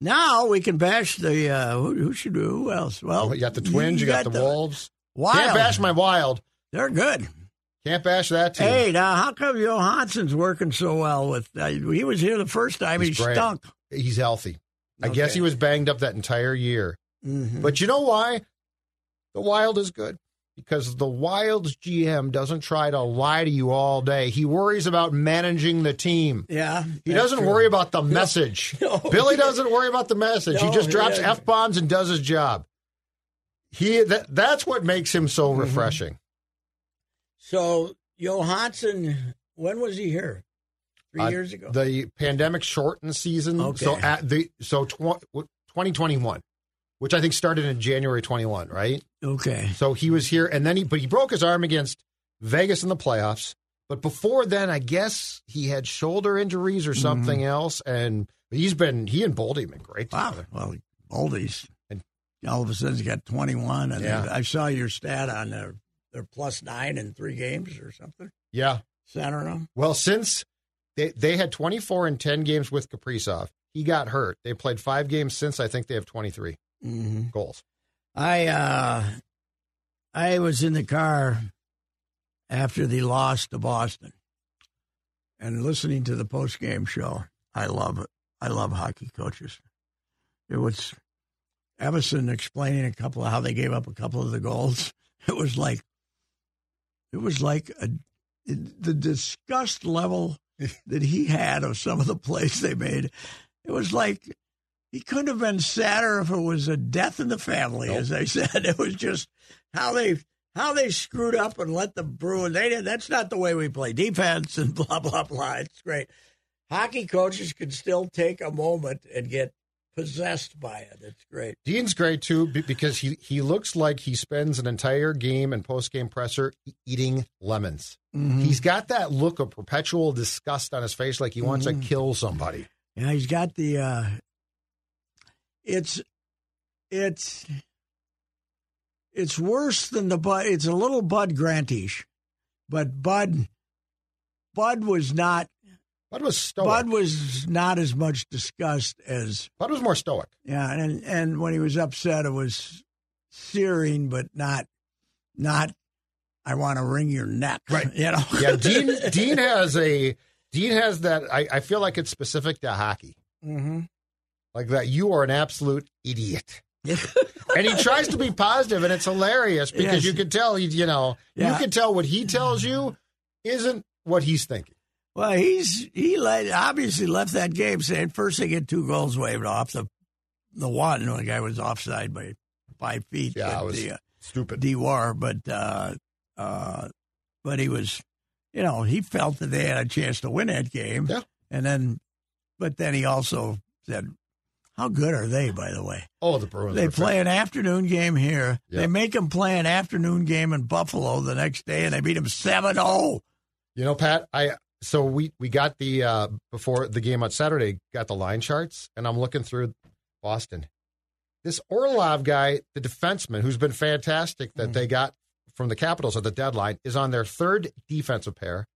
Now we can bash the uh, who, who should who else? Well,
Oh, you got the Twins, you, got, the, Wolves. Can't
Wild.
bash my Wild.
They're good.
Can't bash that team.
Hey, now how come Johansson's working so well? With uh, he was here the first time,
He's
he
great.
stunk.
He's healthy. I guess
Okay.
he was banged up that entire year.
Mhm.
But you know why? The Wild is good because the Wild's GM doesn't try to lie to you all day. He worries about managing the team.
Yeah,
He
that's
doesn't
true.
worry about the message.
(laughs) No.
Billy doesn't worry about the message. he
No,
just drops
yeah.
f bombs and does his job. He that, that's what makes him so
Mm-hmm.
refreshing.
So Johansson, when was he here? Three
Uh,
years ago.
The pandemic shortened season, so
Okay.
at the so tw- 2021, which I think started in January 21, right?
okay.
So he was here, and then he but he broke his arm against Vegas in the playoffs. But before then, I guess he had shoulder injuries or
Mm-hmm.
something else, and he's been he and Boldy have been great
Wow.
together.
Well, Boldy's
And-
all of a sudden he's got 21, and
Yeah.
I saw your stat on their their plus nine in three games or something.
Yeah.
So I don't know.
Well, since they they had 24 and 10 games with Kaprizov, he got hurt. They played five games since. I think they have 23
hmm
goals.
I uh, I was in the car after the loss to Boston, and listening to the post game show. I love it. I love hockey coaches. It was Everson explaining a couple of how they gave up a couple of the goals. (laughs) It was like it was like a the disgust level that he had of some of the plays they made. It was like he couldn't have been sadder if it was a death in the family, as they (laughs) said. It was just how they how they screwed up and let the Bruins. They did. That's not the way we play defense and (laughs) blah blah blah. It's great. Hockey coaches can still take a moment and get possessed by it. It's great.
Dean's great too be- because he he looks like he spends an entire game and post game presser e- eating lemons.
Mm-hmm.
He's got that look of perpetual disgust on his face, like he wants
Mm-hmm.
to kill somebody.
Yeah, he's got the. Uh, it's, it's, it's worse than the Bud. It's a little Bud Grantish, but Bud, Bud was not.
Bud was stoic.
Bud
Bud,
was not as much discussed as
was more stoic.
yeah, and and when he was upset, it was searing, but not, not. I want to wring your neck, right? (laughs) You know,
Yeah, Dean Dean has a Dean has that. I, I feel like it's specific to hockey,
hmm
like that. You are an absolute
(laughs)
idiot. and he tries to be positive and it's hilarious
Yes.
because you can tell he you know you
Yeah.
can tell what he tells you isn't what he's thinking
Well, he's he le obviously left that game saying first they get two goals waved off the the one when the guy was offside by five feet.
Yeah,
at
it was
the, uh,
stupid
D War, but uh, uh, but he was, you know, he felt that they had a chance to win that game.
Yeah.
And then, but then he also said, "How good are they?" By the way,
oh the Bruins
they
were
play an afternoon game here.
Yeah.
They make them play an afternoon game in Buffalo the next day, and they beat them seven oh. zero.
You know, Pat, I so we we got the uh before the game on Saturday, got the line charts, and I'm looking through Boston. This Orlov guy, the defenseman who's been fantastic that they got from the Capitals at the deadline, is on their third defensive pair.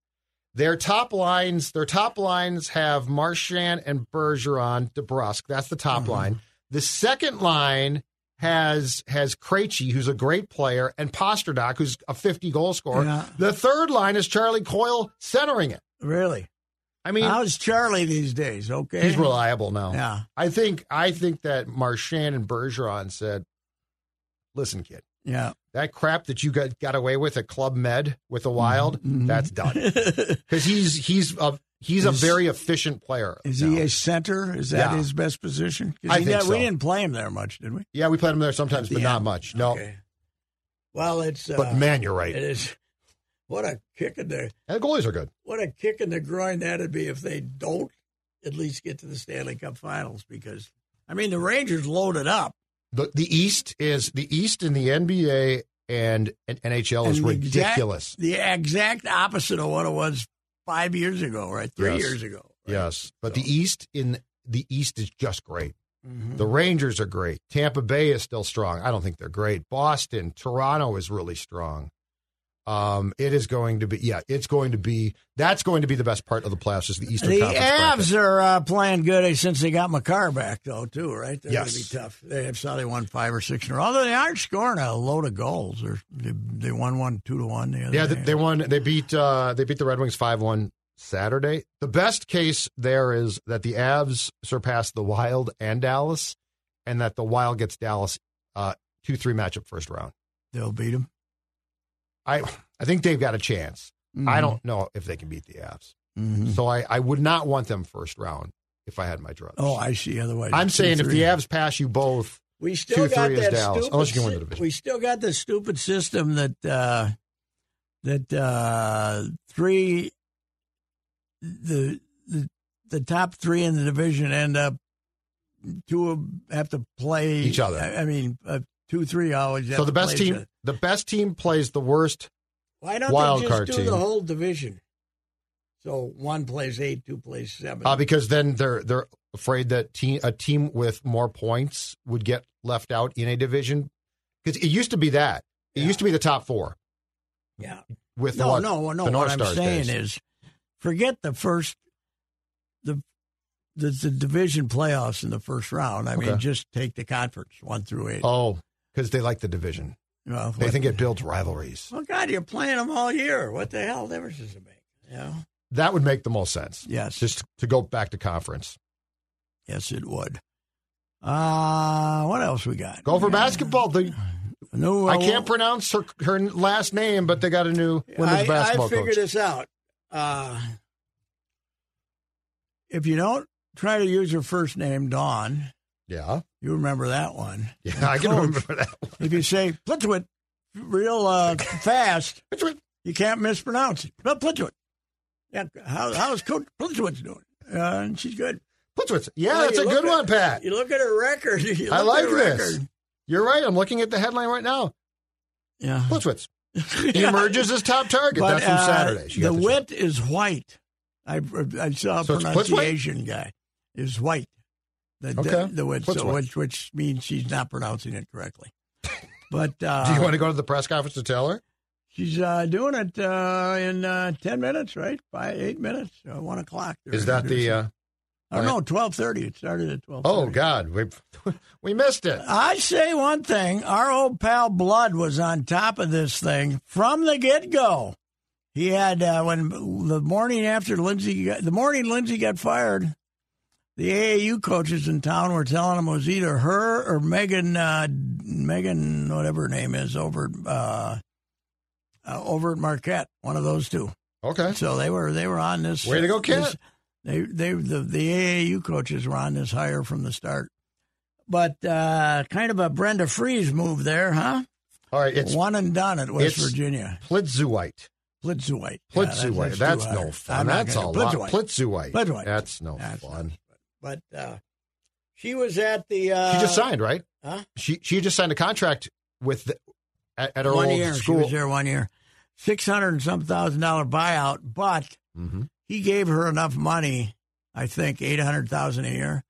Their top lines, their top lines have Marchand and Bergeron, DeBrusque. That's the top line. The second line has has Krejci, who's a great player, and Pasternak, who's a 50 goal scorer.
Yeah.
The third line is Charlie Coyle centering it.
Really?
I mean,
How's Charlie these days? Okay.
he's reliable now.
Yeah.
I think I think that Marchand and Bergeron said, "Listen, kid, (laughs)
Yeah.
That crap that you got got away with at Club Med with
Mm-hmm.
the Wild, that's done.
(laughs)
Because he's he's a he's a
Is-
very efficient player.
Is
now.
he a center? Is that
Yeah.
his best position? 'Cause
I
he-
think
yeah,
so.
We didn't play him there much, did we?
Yeah, we played him there sometimes,
At the
but not
end.
much. No,
Okay. Well, it's. Uh,
but man, you're
it
right.
is. What a kick in the
And the goalies are good.
what a kick in the groin that'd be if they don't at least get to the Stanley Cup Finals because I mean the Rangers loaded up.
The the East is the East in the NBA and, and NHL is
And the exact-
ridiculous.
The exact opposite of what it was five years ago, right? Three
Yes.
years ago. right?
Yes, but
So-
the East in the East is just great.
Mhm.
The Rangers are great. Tampa Bay is still strong. I don't think they're great. Boston, Toronto is really strong. Um, it is going to be yeah, it's going to be that's going to be the best part of the playoffs is the Eastern
The
Conference. bracket.
Avs are uh, playing good since they got McCarr back, though, too, right? They're going
Yes.
to be tough. They have saw they won five or six in a row. Although they aren't scoring a load of goals. They're, they they won one two to one the other
Yeah,
day.
they, they won. They beat uh, they beat the Red Wings five one Saturday. The best case there is that the Avs surpass the Wild and Dallas, and that the Wild gets Dallas uh, two three matchup first round.
They'll beat them.
I I think they've got a chance.
Mm-hmm.
I don't know if they can beat the Avs,
Mhm.
so I, I would not want them first round if I had my druthers.
Oh, I see. Otherwise,
I'm
it's
saying if the
2-3.
Avs pass you both,
We still
Two,
got
three is
that
Dallas, Oh,
stupid.
unless you can win the
sy-
division.
We still got the stupid system that uh, that uh, three the, the the top three in the division end up two of, have to play
Each other.
I, I mean, uh, two three always. have
so
to
the best
play each
team
other.
the best team plays the worst.
Why don't
wild
they just
card
do
team.
the whole division? So one plays eight, two plays seven.
Uh, because then they're they're afraid that team a team with more points would get left out in a division. Because it used to be that it
Yeah.
used to be the top four
yeah.
with
no,
the, what-
no, no.
the North
What I'm
Stars
saying
days.
is, forget the first the, the the division playoffs in the first round. I mean,
Okay.
just take the conference one through eight.
oh because they like the division.
Well,
They
what-
think it builds rivalries.
Well, God, you're playing them all year. What the hell difference does it make? You know?
That would make the most sense.
Yes.
just to go back to conference.
Yes, it would. Uh what else we got?
Go for
Yeah.
basketball. The,
No,
I
uh,
can't pronounce her, her last name, but they got a new women's
I,
basketball
I figured
coach.
this out. Uh, if you don't try to use her first name, Dawn,
Yeah,
you remember that one. And
yeah, I can
coach,
remember that. one.
If you say Plitwit real uh, fast, you can't mispronounce it. But Plitwit. Yeah, how, how's Coach Plitwit's doing? Uh, and she's good.
Plitwitz. Yeah,
Well,
that's
you
a
look
good
at-
one, Pat.
You look at her record. (laughs) you look
I
at
like
her
this.
record.
You're right. I'm looking at the headline right now.
Yeah. (laughs)
Plitwitz. He emerges as top target.
But,
That's from
uh,
Saturday. She
the
got the
wit is white. I I saw a
So it's Plitwit?
pronunciation guy is white. The, the-
Okay.
the, wit, so
Plitwit.
which which means she's not pronouncing it correctly. But uh,
job. (laughs) Do you want to go to the press conference to tell her?
she's uh, doing it uh, in uh, ten minutes, right? By eight minutes, uh, one o'clock. They're
Is that the?
introducing-
Uh,
oh no, twelve thirty. It started at twelve.
oh God, we (laughs) we missed it.
I say one thing. Our old pal Blood was on top of this thing from the get go. He had uh, when the morning after Lindsay, got, the morning Lindsay got fired, the AAU coaches in town were telling him it was either her or Megan, uh, Megan, whatever her name is, over at, uh, uh, over at Marquette, one of those two.
Okay.
So they were they were on this.
Way to go, Cat.
this- They they the, the AAU coaches were on this hire from the start, but uh, kind of a Brenda Freeze move there, huh?
All right. It's
One and done at West
it's-
Virginia.
Plitzuite.
Plitzwite. Yeah,
Plitzuite.
too
that's
hard.
no fun.
I'm not
That's a
gonna- Plitzwite.
lot. Plitzuite.
Plitzwite.
That's no
That's not
fun.
But uh, she was at the. Uh,
She just signed, right?
Huh?
She she just signed a contract with the, at, at her
one
old
year.
school.
She was there one year. Six hundred and some thousand dollar buyout, but
Mhm.
he gave her enough money. I think eight hundred thousand a year.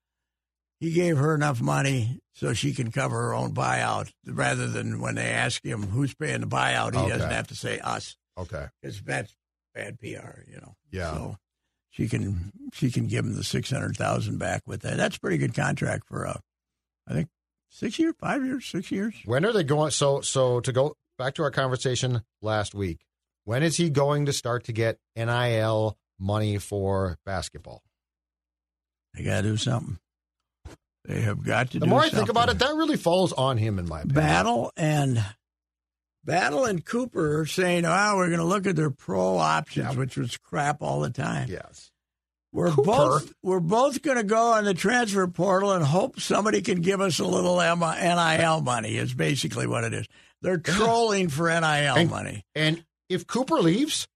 He gave her enough money so she can cover her own buyout, rather than when they ask him who's paying the buyout, he
Okay.
doesn't have to say us
Okay.
because that's bad PR, you know.
Yeah.
So she can she can give him the six hundred thousand back with that. That's a pretty good contract for a, I think six year, five years, six years.
When are they going? So, so to go back to our conversation last week, when is he going to start to get NIL money for basketball?
They got to do something. They have got to
The
do
more I
something.
think about it, that really falls on him, in my opinion.
battle and Battle and Cooper are saying, "Oh, we're going to look at their pro options, which was crap all the time."
Yes.
We're
Cooper.
both we're both going to go on the transfer portal and hope somebody can give us a little M- NIL money. Is basically what it is. They're trolling for NIL
And-
money.
And if Cooper leaves,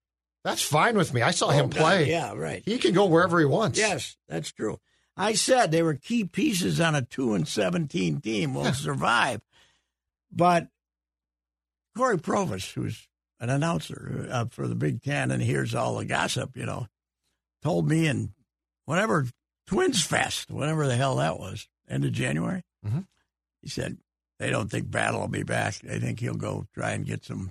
that's fine with me. I saw him play.
Oh, Yeah, right.
He can go wherever he wants.
Yes, that's true. I said they were key pieces on a two and seventeen team
(laughs)
will survive, but Corey Provis, who's an announcer uh, for the Big Ten and hears all the gossip, you know, told me in whatever Twins Fest, whatever the hell that was, end of January,
Mhm.
he said they don't think Battle will be back. They think he'll go try and get some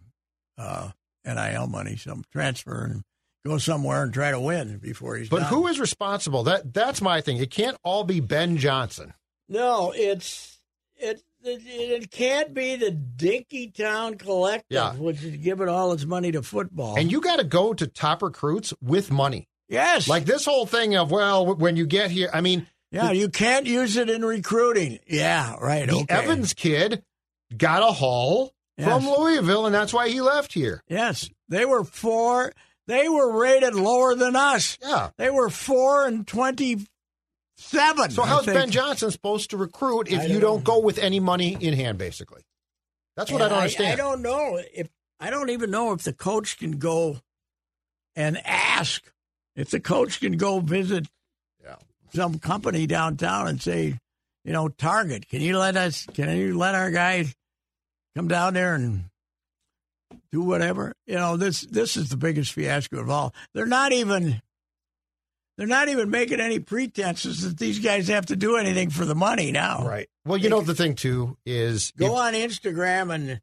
uh, NIL money, some transfer, and go somewhere and try to win before he's.
But
done.
who is responsible? That that's my thing. It can't all be Ben Johnson.
No, it's it. It, it can't be the Dinky Town Collective,
Yeah.
which is giving all its money to football.
And you got to go to top recruits with money.
yes,
Like this whole thing of well, w- when you get here, I mean,
yeah, you can't use it in recruiting. Yeah, right.
the
okay.
Evans kid got a haul from
Yes.
Louisville, and that's why he left here.
Yes, they were four. They were rated lower than us.
Yeah.
They were four and twenty-seven.
So
I
how's
think.
Ben Johnson supposed to recruit if
I
you
don't
don't go with any money in hand? Basically, that's what I
And
don't understand.
I don't know if I don't even know if the coach can go and ask if the coach can go visit
Yeah.
some company downtown and say, you know, Target, can you let us? Can you let our guys come down there and do whatever? You know, this this is the biggest fiasco of all. They're not even. They're not even making any pretenses that these guys have to do anything for the money now.
Right. Well, you know the thing too is
Go on Instagram and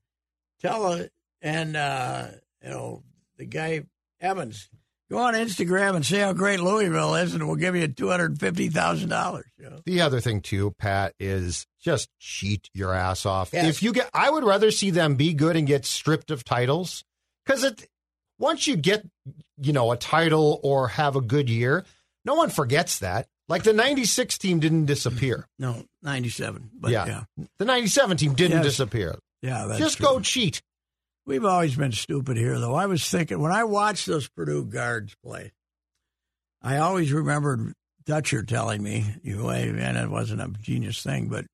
tell uh, and uh, you know the guy Evans. Go on Instagram and say how great Louisville is, and we'll give you two hundred fifty thousand dollars. You know?
The other thing too, Pat, is just cheat your ass off.
Yes.
If you get, I would rather see them be good and get stripped of titles because it once you get, you know, a title or have a good year, no one forgets that. Like the '96 team didn't disappear.
No, ninety-seven. But yeah,
Yeah.
yeah,
The '97 team didn't
Yes.
disappear.
that's
just
true.
go cheat.
We've always been stupid here, though. I was thinking when I watched those Purdue guards play, I always remembered Dutcher telling me, you way, and it wasn't a genius thing, but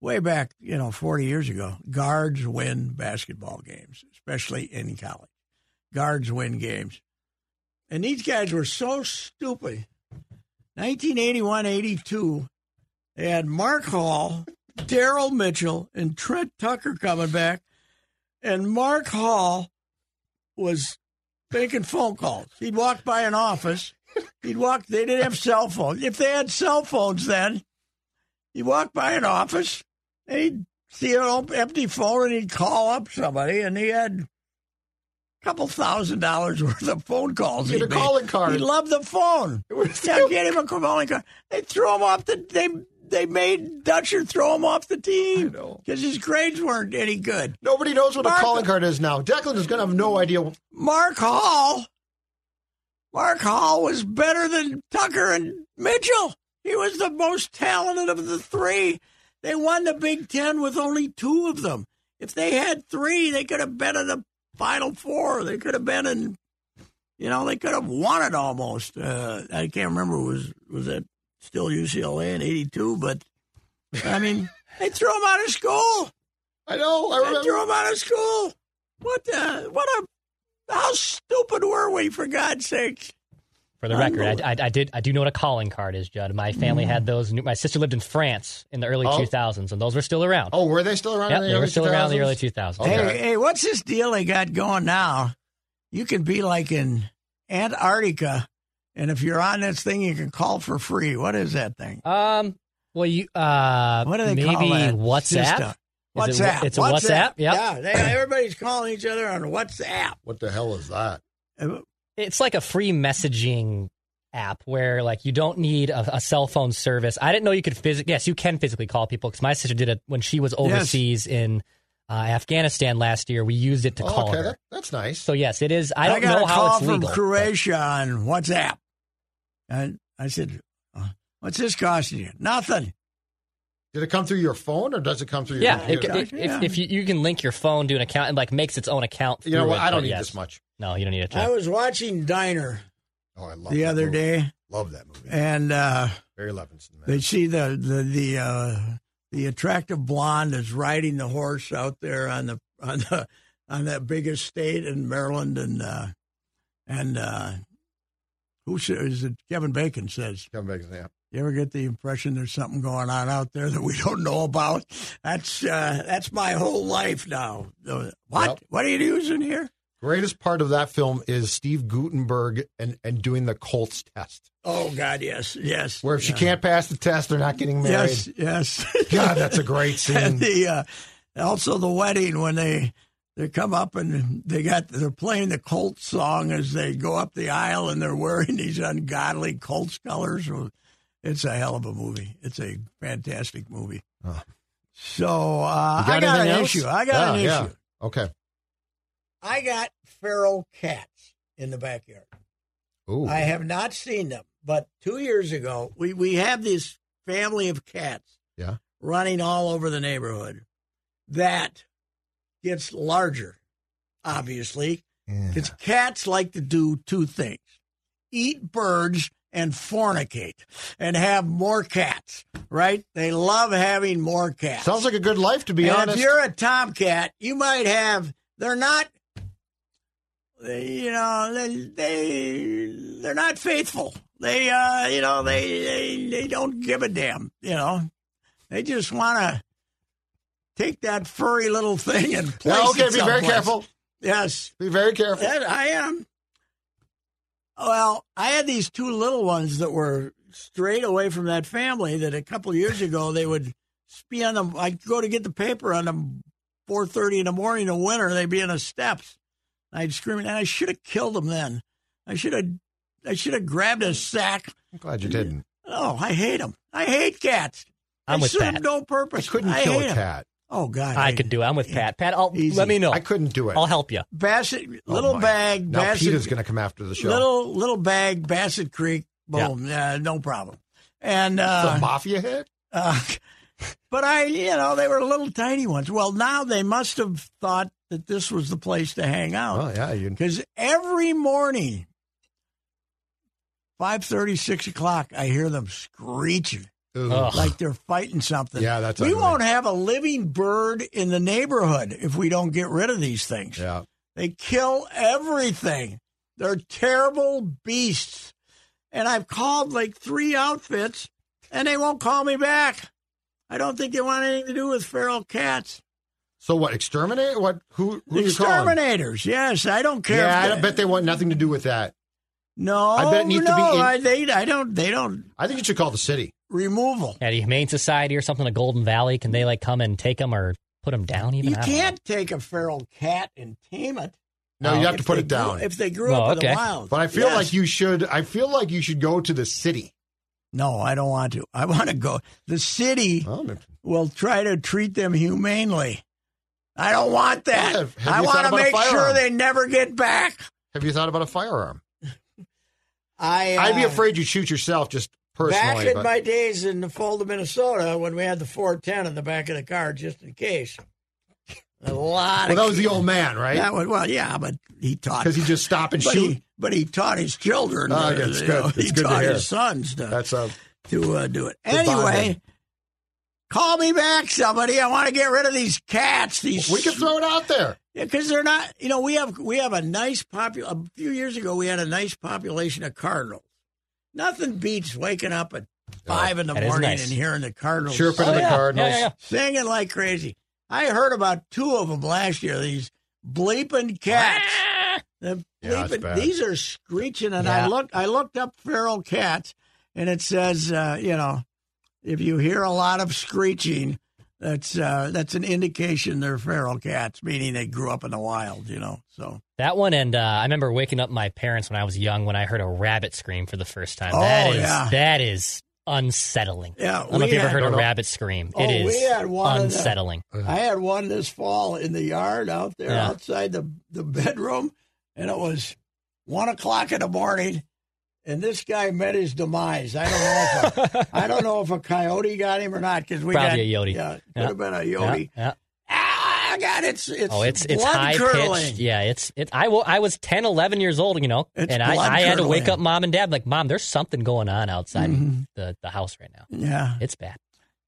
way back, you know, 40 years ago, guards win basketball games, especially in college. Guards win games. And these guys were so stupid. 1981 82, they had Mark Hall, Daryl Mitchell, and Trent Tucker coming back and Mark Hall was making phone calls. He'd walk by an office. He'd walk. They didn't have cell phones. If they had cell phones, then he'd walk by an office. And he'd see an op- empty phone and he'd call up somebody. And he had a couple thousand dollars (laughs) worth of phone calls.
He had
he'd
a calling card.
He loved the
(laughs)
phone. Yeah, get him a calling card. They threw him off the. They they made Dutcher throw him off the team
know.
because his grades weren't any good.
Nobody knows what
Mark-
a calling card is now. Declan is going to have no idea.
Mark Hall. Mark Hall was better than Tucker and Mitchell. He was the most talented of the three. They won the Big Ten with only two of them. If they had three, they could have been in the Final Four. They could have been in, you know, they could have won it almost. Uh, I can't remember was was it still UCLA in '82, but I mean, they threw him out of school.
I know. I
They
remember.
threw him out of school. What the? What a? How stupid were we? For God's sake!
For the record, I, I, I did I do know what a calling card is, Judd. My family had those. My sister lived in France in the early
Oh.
2000s, and those were still around.
Oh, were they still around?
yeah,
in the
they were
early
still around in the early
2000s?
2000s.
Okay.
Hey, hey, what's this deal they got going now? You can be like in Antarctica, and if you're on this thing, you can call for free. What is that thing?
Um. Well, you. Uh,
What do they
maybe
call that?
WhatsApp.
system?
Is it wha-
WhatsApp.
it's a WhatsApp? Yep.
Yeah, they, everybody's calling each other on WhatsApp.
What the hell is that?
Uh,
It's like a free messaging app where like you don't need a, a cell phone service. I didn't know you could physically. Yes, you can physically call people because my sister did it when she was overseas in uh, Afghanistan last year. We used it to
Oh,
call
okay,
her.
that, that's nice.
So yes, it is. I don't
got
know
a
how
call
it's
from
legal.
Croatia on WhatsApp, "Uh, and I said, "What's this costing you? Nothing."
Did it come through your phone or does it come through your
Yeah, it,
computer?
it, if, if you, you can link your phone to an account and like makes its own account.
you know
through
what?
it,
I don't
but
need
yes.
this much.
No, you don't need a
I
check.
was watching Diner
Oh, I love
the
that
other
movie.
day,
Love that movie.
and uh,
Barry Levinson. Man.
they see the the the uh, the attractive blonde is riding the horse out there on the on the on that big estate in Maryland, and uh, and uh, who says it? Kevin Bacon says.
Come back and say, yeah.
You ever get the impression there's something going on out there that we (laughs) don't know about? That's uh, that's my whole life now. Uh, What?
Yep.
What are you using here?
Greatest part of that film is Steve Gutenberg and, and doing the Colts test,
Oh God, yes, yes.
where if she
Yeah.
can't pass the test, they're not getting married.
Yes, yes. (laughs)
God, that's a great
and
scene.
the uh, also the wedding when they they come up and they got they're playing the Colts song as they go up the aisle and they're wearing (laughs) these ungodly Colts colors. It's a hell of a movie. It's a fantastic movie.
Oh.
So uh,
You
I got an
anything else?
issue. I got an
Yeah,
issue.
yeah. Okay.
I got feral cats in the backyard.
Ooh.
I have not seen them, but two years ago, we, we have this family of cats
Yeah.
running all over the neighborhood that gets larger, obviously,
Yeah.
because cats like to do two things eat birds and fornicate and have more cats, right? They love having more cats.
Sounds like a good life, to be
And
honest.
If you're a tomcat, you might have. They're not. They, you know, they they they're not faithful. They, uh, you know, they they they don't give a damn. You know, they just want to take that furry little thing and place
Yeah, okay,
it
be very
someplace.
careful.
Yes,
Be very careful.
that I am. Well, I had these two little ones that were straight away from that family. That a couple of years ago they would be on them. I'd go to get the paper on them four thirty in the morning in winter. They'd be on the steps. And I'd scream, and I should have killed them then. I should have. I should have grabbed a sack.
I'm glad you didn't.
Oh, I hate them. I hate cats.
I'm
they
with
serve
Pat.
no
I
purpose.
couldn't
I
kill
hate
a
'em.
cat.
Oh God,
I could do it. I'm with Pat. Pat, I'll,
Easy.
let me know.
I couldn't do it.
I'll help you.
Basset
Oh,
little
my-
bag.
Now
Basset,
Peter's going to come after the show.
Little little bag, Bassett Creek, boom, uh, no problem. And uh,
the mafia hit?
uh, but I, you know, they were little tiny ones. Well, now they must have thought that this was the place to hang
Oh,
out
yeah. You,
because every morning, five thirty, six o'clock, I hear them screeching
Ooh.
Ugh.
like they're fighting something.
Yeah, that's
we
ugly.
won't have a living bird in the neighborhood if we don't get rid of these things.
Yeah.
They kill everything. They're terrible beasts. And I've called like three outfits and they won't call me back. I don't think they want anything to do with feral cats.
So what? Exterminate? What? Who? Who you calling?
Exterminators, yes. I don't care.
Yeah,
if
I bet they want nothing to do with that.
No,
I bet it needs to
no,
be in-
I, they, I don't. They don't
I think you should call the city.
removal.
At a Humane Society or something, a Golden Valley, can they like come and take them or put them down? Even
You
I don't know.
can't take a feral cat and tame it.
No,
Oh.
you have to
If
put
they
it down.
Grew, if they grew
Oh,
up in
okay.
the wild.
but I feel
Yes.
like you should. I feel like you should go to the city.
No, I don't want to. I want to go. The city.
Well,
will try to treat them humanely. I don't want that.
Yeah, have you
I
thought
want to
about a
make sure
firearm?
they never get back.
have you thought about a firearm?
I,
I'd be
uh,
afraid you'd shoot yourself just
Back
personally.
in
but-
my days in the fold of Minnesota, when we had the 410 in the back of the car, just in case. A lot.
well,
of
that was the old man, right?
That was, well, yeah, but he taught.
Because he just stop and
but
shoot.
He, but he taught his children.
Oh,
uh,
yeah, it's
you
good.
know,
It's
he
good to
taught
hear.
his sons to,
That's a
to uh, do it.
Good
anyway,
bonding.
call me back, somebody. I want to get rid of these cats. These
we could throw it out there.
because they're not. You know, we have we have a nice popul. A few years ago, we had a nice population of cardinals. Nothing beats waking up at five in the
Oh, that is
morning
nice.
and hearing the cardinals
Chirping
Oh,
to the
yeah.
Cardinals.
Yeah, yeah, yeah.
singing like crazy. I heard about two of them last year. These bleeping cats. The
Yeah, it's
bleeping-
bad.
these are screeching, and I
Yeah.
look. I looked up feral cats, and it says, uh, you know, if you hear a lot of screeching, that's uh, that's an indication they're feral cats, meaning they grew up in the wild. You know, so
That one, and uh, I remember waking up my parents when I was young when I heard a rabbit scream for the first time.
Oh,
that is
yeah.
that is unsettling.
Yeah,
I don't know
we
if you ever
had-
heard
No,
a
no.
rabbit scream.
Oh,
it
we
is
had one of them.
unsettling.
I had one this fall in the yard out there
Yeah.
outside the the bedroom, and it was one o'clock in the morning, and this guy met his demise. I don't know. If
(laughs)
a, I don't know if a coyote got him or not because we
Probably
got,
a yote.
Yeah, could
Yeah.
have been a
Yeah,
yodi.
yeah.
Ah, God, it's it's
Oh, it's it's
blood
high
curdling.
pitched. Yeah, it's it. I wa- I was 10, 11 years old, you know,
It's
and I, I had to wake
blood-curdling.
up mom and dad like, mom, there's something going on outside
Mm-hmm.
the the house right now.
Yeah,
It's bad.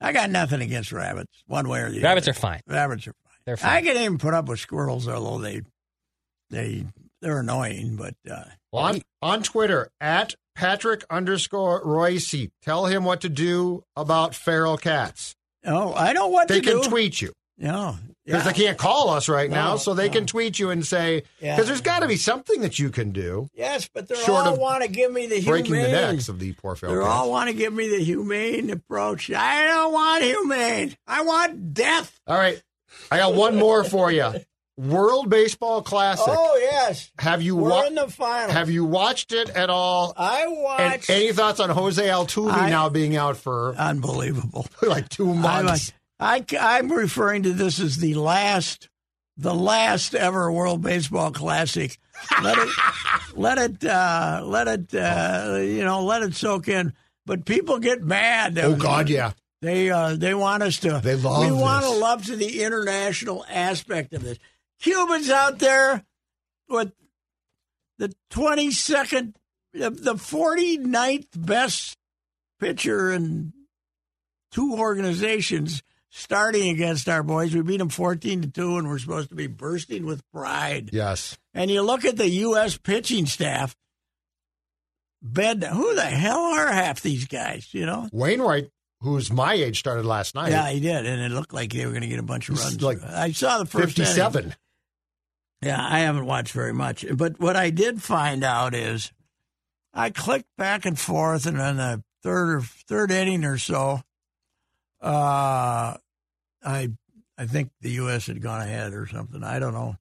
I got nothing against rabbits, one way or the
Rabbits
other.
are fine.
rabbits are fine.
They're fine.
I can even put up with squirrels, although they they they're annoying. But uh,
Well,
on, on Twitter at Patrick underscore Royce. Tell him what to do about feral cats.
no, oh, I know what
They
to
can
do.
tweet you
No,
because
yeah.
they can't call us right
No,
now, so they
no.
can tweet you and say
Yeah.
because there's got to be something that you can do.
Yes, but they
Short
all
of
want to give me the
Breaking
humane.
the necks of the poor
They
feral cats.
all want to give me the humane approach. I don't want humane. I want death.
All right, I got one more for
(laughs)
you. World Baseball Classic.
Oh yes,
have you
we're
wa-
in the final.
have you watched it at all?
I
And
watched.
any thoughts on Jose Altuve
I-
now being out for
Unbelievable.
(laughs) like two
I
months?
like- I, am referring to this as the last, the last ever World Baseball Classic. Let it,
(laughs)
let it, uh, let it, uh, you know, let it soak in. But people get mad.
oh God, yeah.
They uh, they want us to.
They love
We want to
this.
love to the international aspect of this. Cubans out there with the twenty second, the 49th best pitcher in two organizations starting against our boys. We beat them fourteen to two, and we're supposed to be bursting with pride.
Yes.
And you look at the U.S. pitching staff. Bed, who the hell are half these guys? You know,
Wainwright, who's my age, started last night.
yeah, he did, and it looked like they were going to get a bunch of
It's
runs.
like
I saw the first inning.
fifty-seven.
Yeah, I haven't watched very much, but what I did find out is, I clicked back and forth, and on the third or third inning or so, uh, I I think the U.S. had gone ahead or something. I don't know.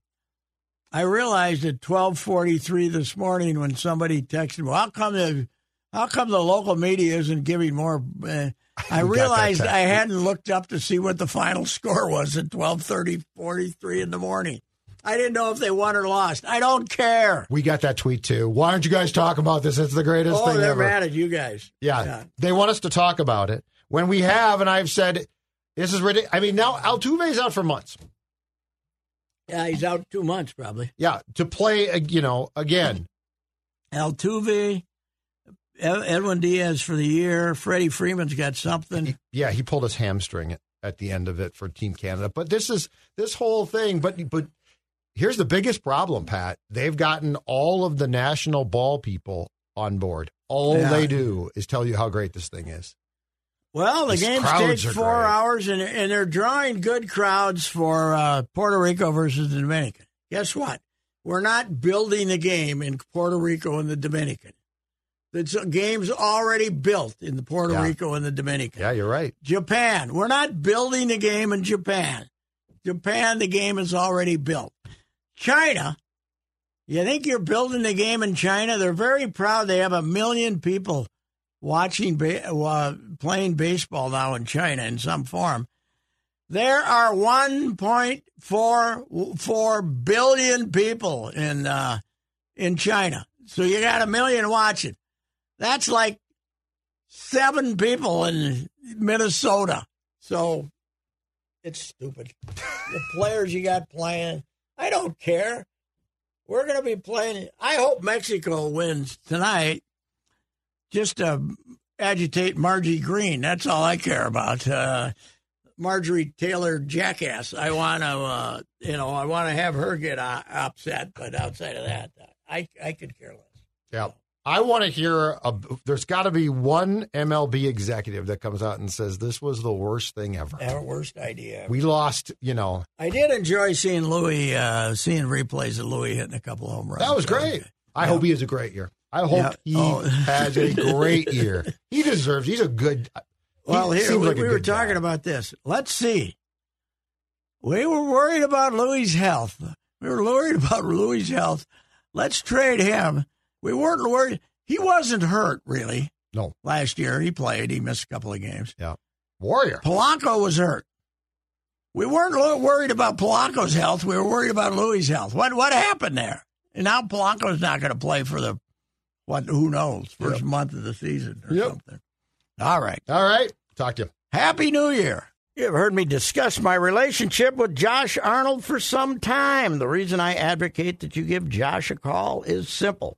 I realized at twelve forty three this morning when somebody texted me, "How come the how come the local media isn't giving more?"
(laughs)
Uh, I
that
realized
text.
I hadn't looked up to see what the final (laughs) score was at twelve thirty forty three in the morning. I didn't know if they won or lost. I don't care.
We got that tweet too. Why aren't you guys talking about this? It's the greatest
Oh,
thing
they're
ever.
mad at you guys.
Yeah.
Yeah.
They want us to talk about it when we have, and I've said this is ridiculous. I mean, now Altuve's out for months.
Yeah, he's out two months probably.
Yeah, to play, uh, you know, again.
Altuve, Ed- Edwin Diaz for the year. Freddie Freeman's got something.
(laughs) Yeah, he pulled his hamstring at the end of it for Team Canada. But this is this whole thing. But but here's the biggest problem, Pat. They've gotten all of the national ball people on board. All
Yeah.
they do is tell you how great this thing is.
Well, the
These
games take
crowds
four
are great.
hours, and, and they're drawing good crowds for uh, Puerto Rico versus the Dominican. Guess what? We're not building the game in Puerto Rico and the Dominican. The game's already built in the Puerto
Yeah.
Rico and the Dominican.
Yeah, you're right.
Japan. We're not building the game in Japan. Japan, the game is already built. China, you think you're building the game in China? They're very proud. They have a million people watching ba- uh, playing baseball now in China in some form. There are 1.44 billion people in uh, in China, so you got a million watching. That's like seven people in Minnesota. So it's stupid. the players you got playing, I don't care. We're going to be playing. I hope Mexico wins tonight just to agitate Margie Green. That's all I care about. Uh, Marjorie Taylor Jackass. I want to, uh, you know, I want to have her get uh, upset, but outside of that, I I could care less.
Yeah. I want to hear. A, there's got to be one MLB executive that comes out and says this was the worst thing ever.
Our worst idea.
We lost. You know,
I did enjoy seeing Louis, uh, seeing replays of Louis hitting a couple home runs. Uh,
that was great. I hope he has a great year. I hope
Yeah.
he
Oh. (laughs)
has a great year. He deserves. He's a good.
Well,
he
here
seems
we,
like a
we were
good guy.
talking about this. Let's see. We were worried about Louis' health. We were worried (laughs) about Louis' health. Let's trade him. We weren't worried. He wasn't hurt really
No,
last year. He played. He missed a couple of games.
Warrior.
Polanco was hurt. We weren't lo- worried about Polanco's health. We were worried about Louis' health. What what happened there? And now Polanco's not going to play for the What? Who knows? First month of the season or
Yep.
something. All right.
All right. Talk to you.
Happy New Year. You've heard me discuss my relationship with Josh Arnold for some time. The reason I advocate that you give Josh a call is simple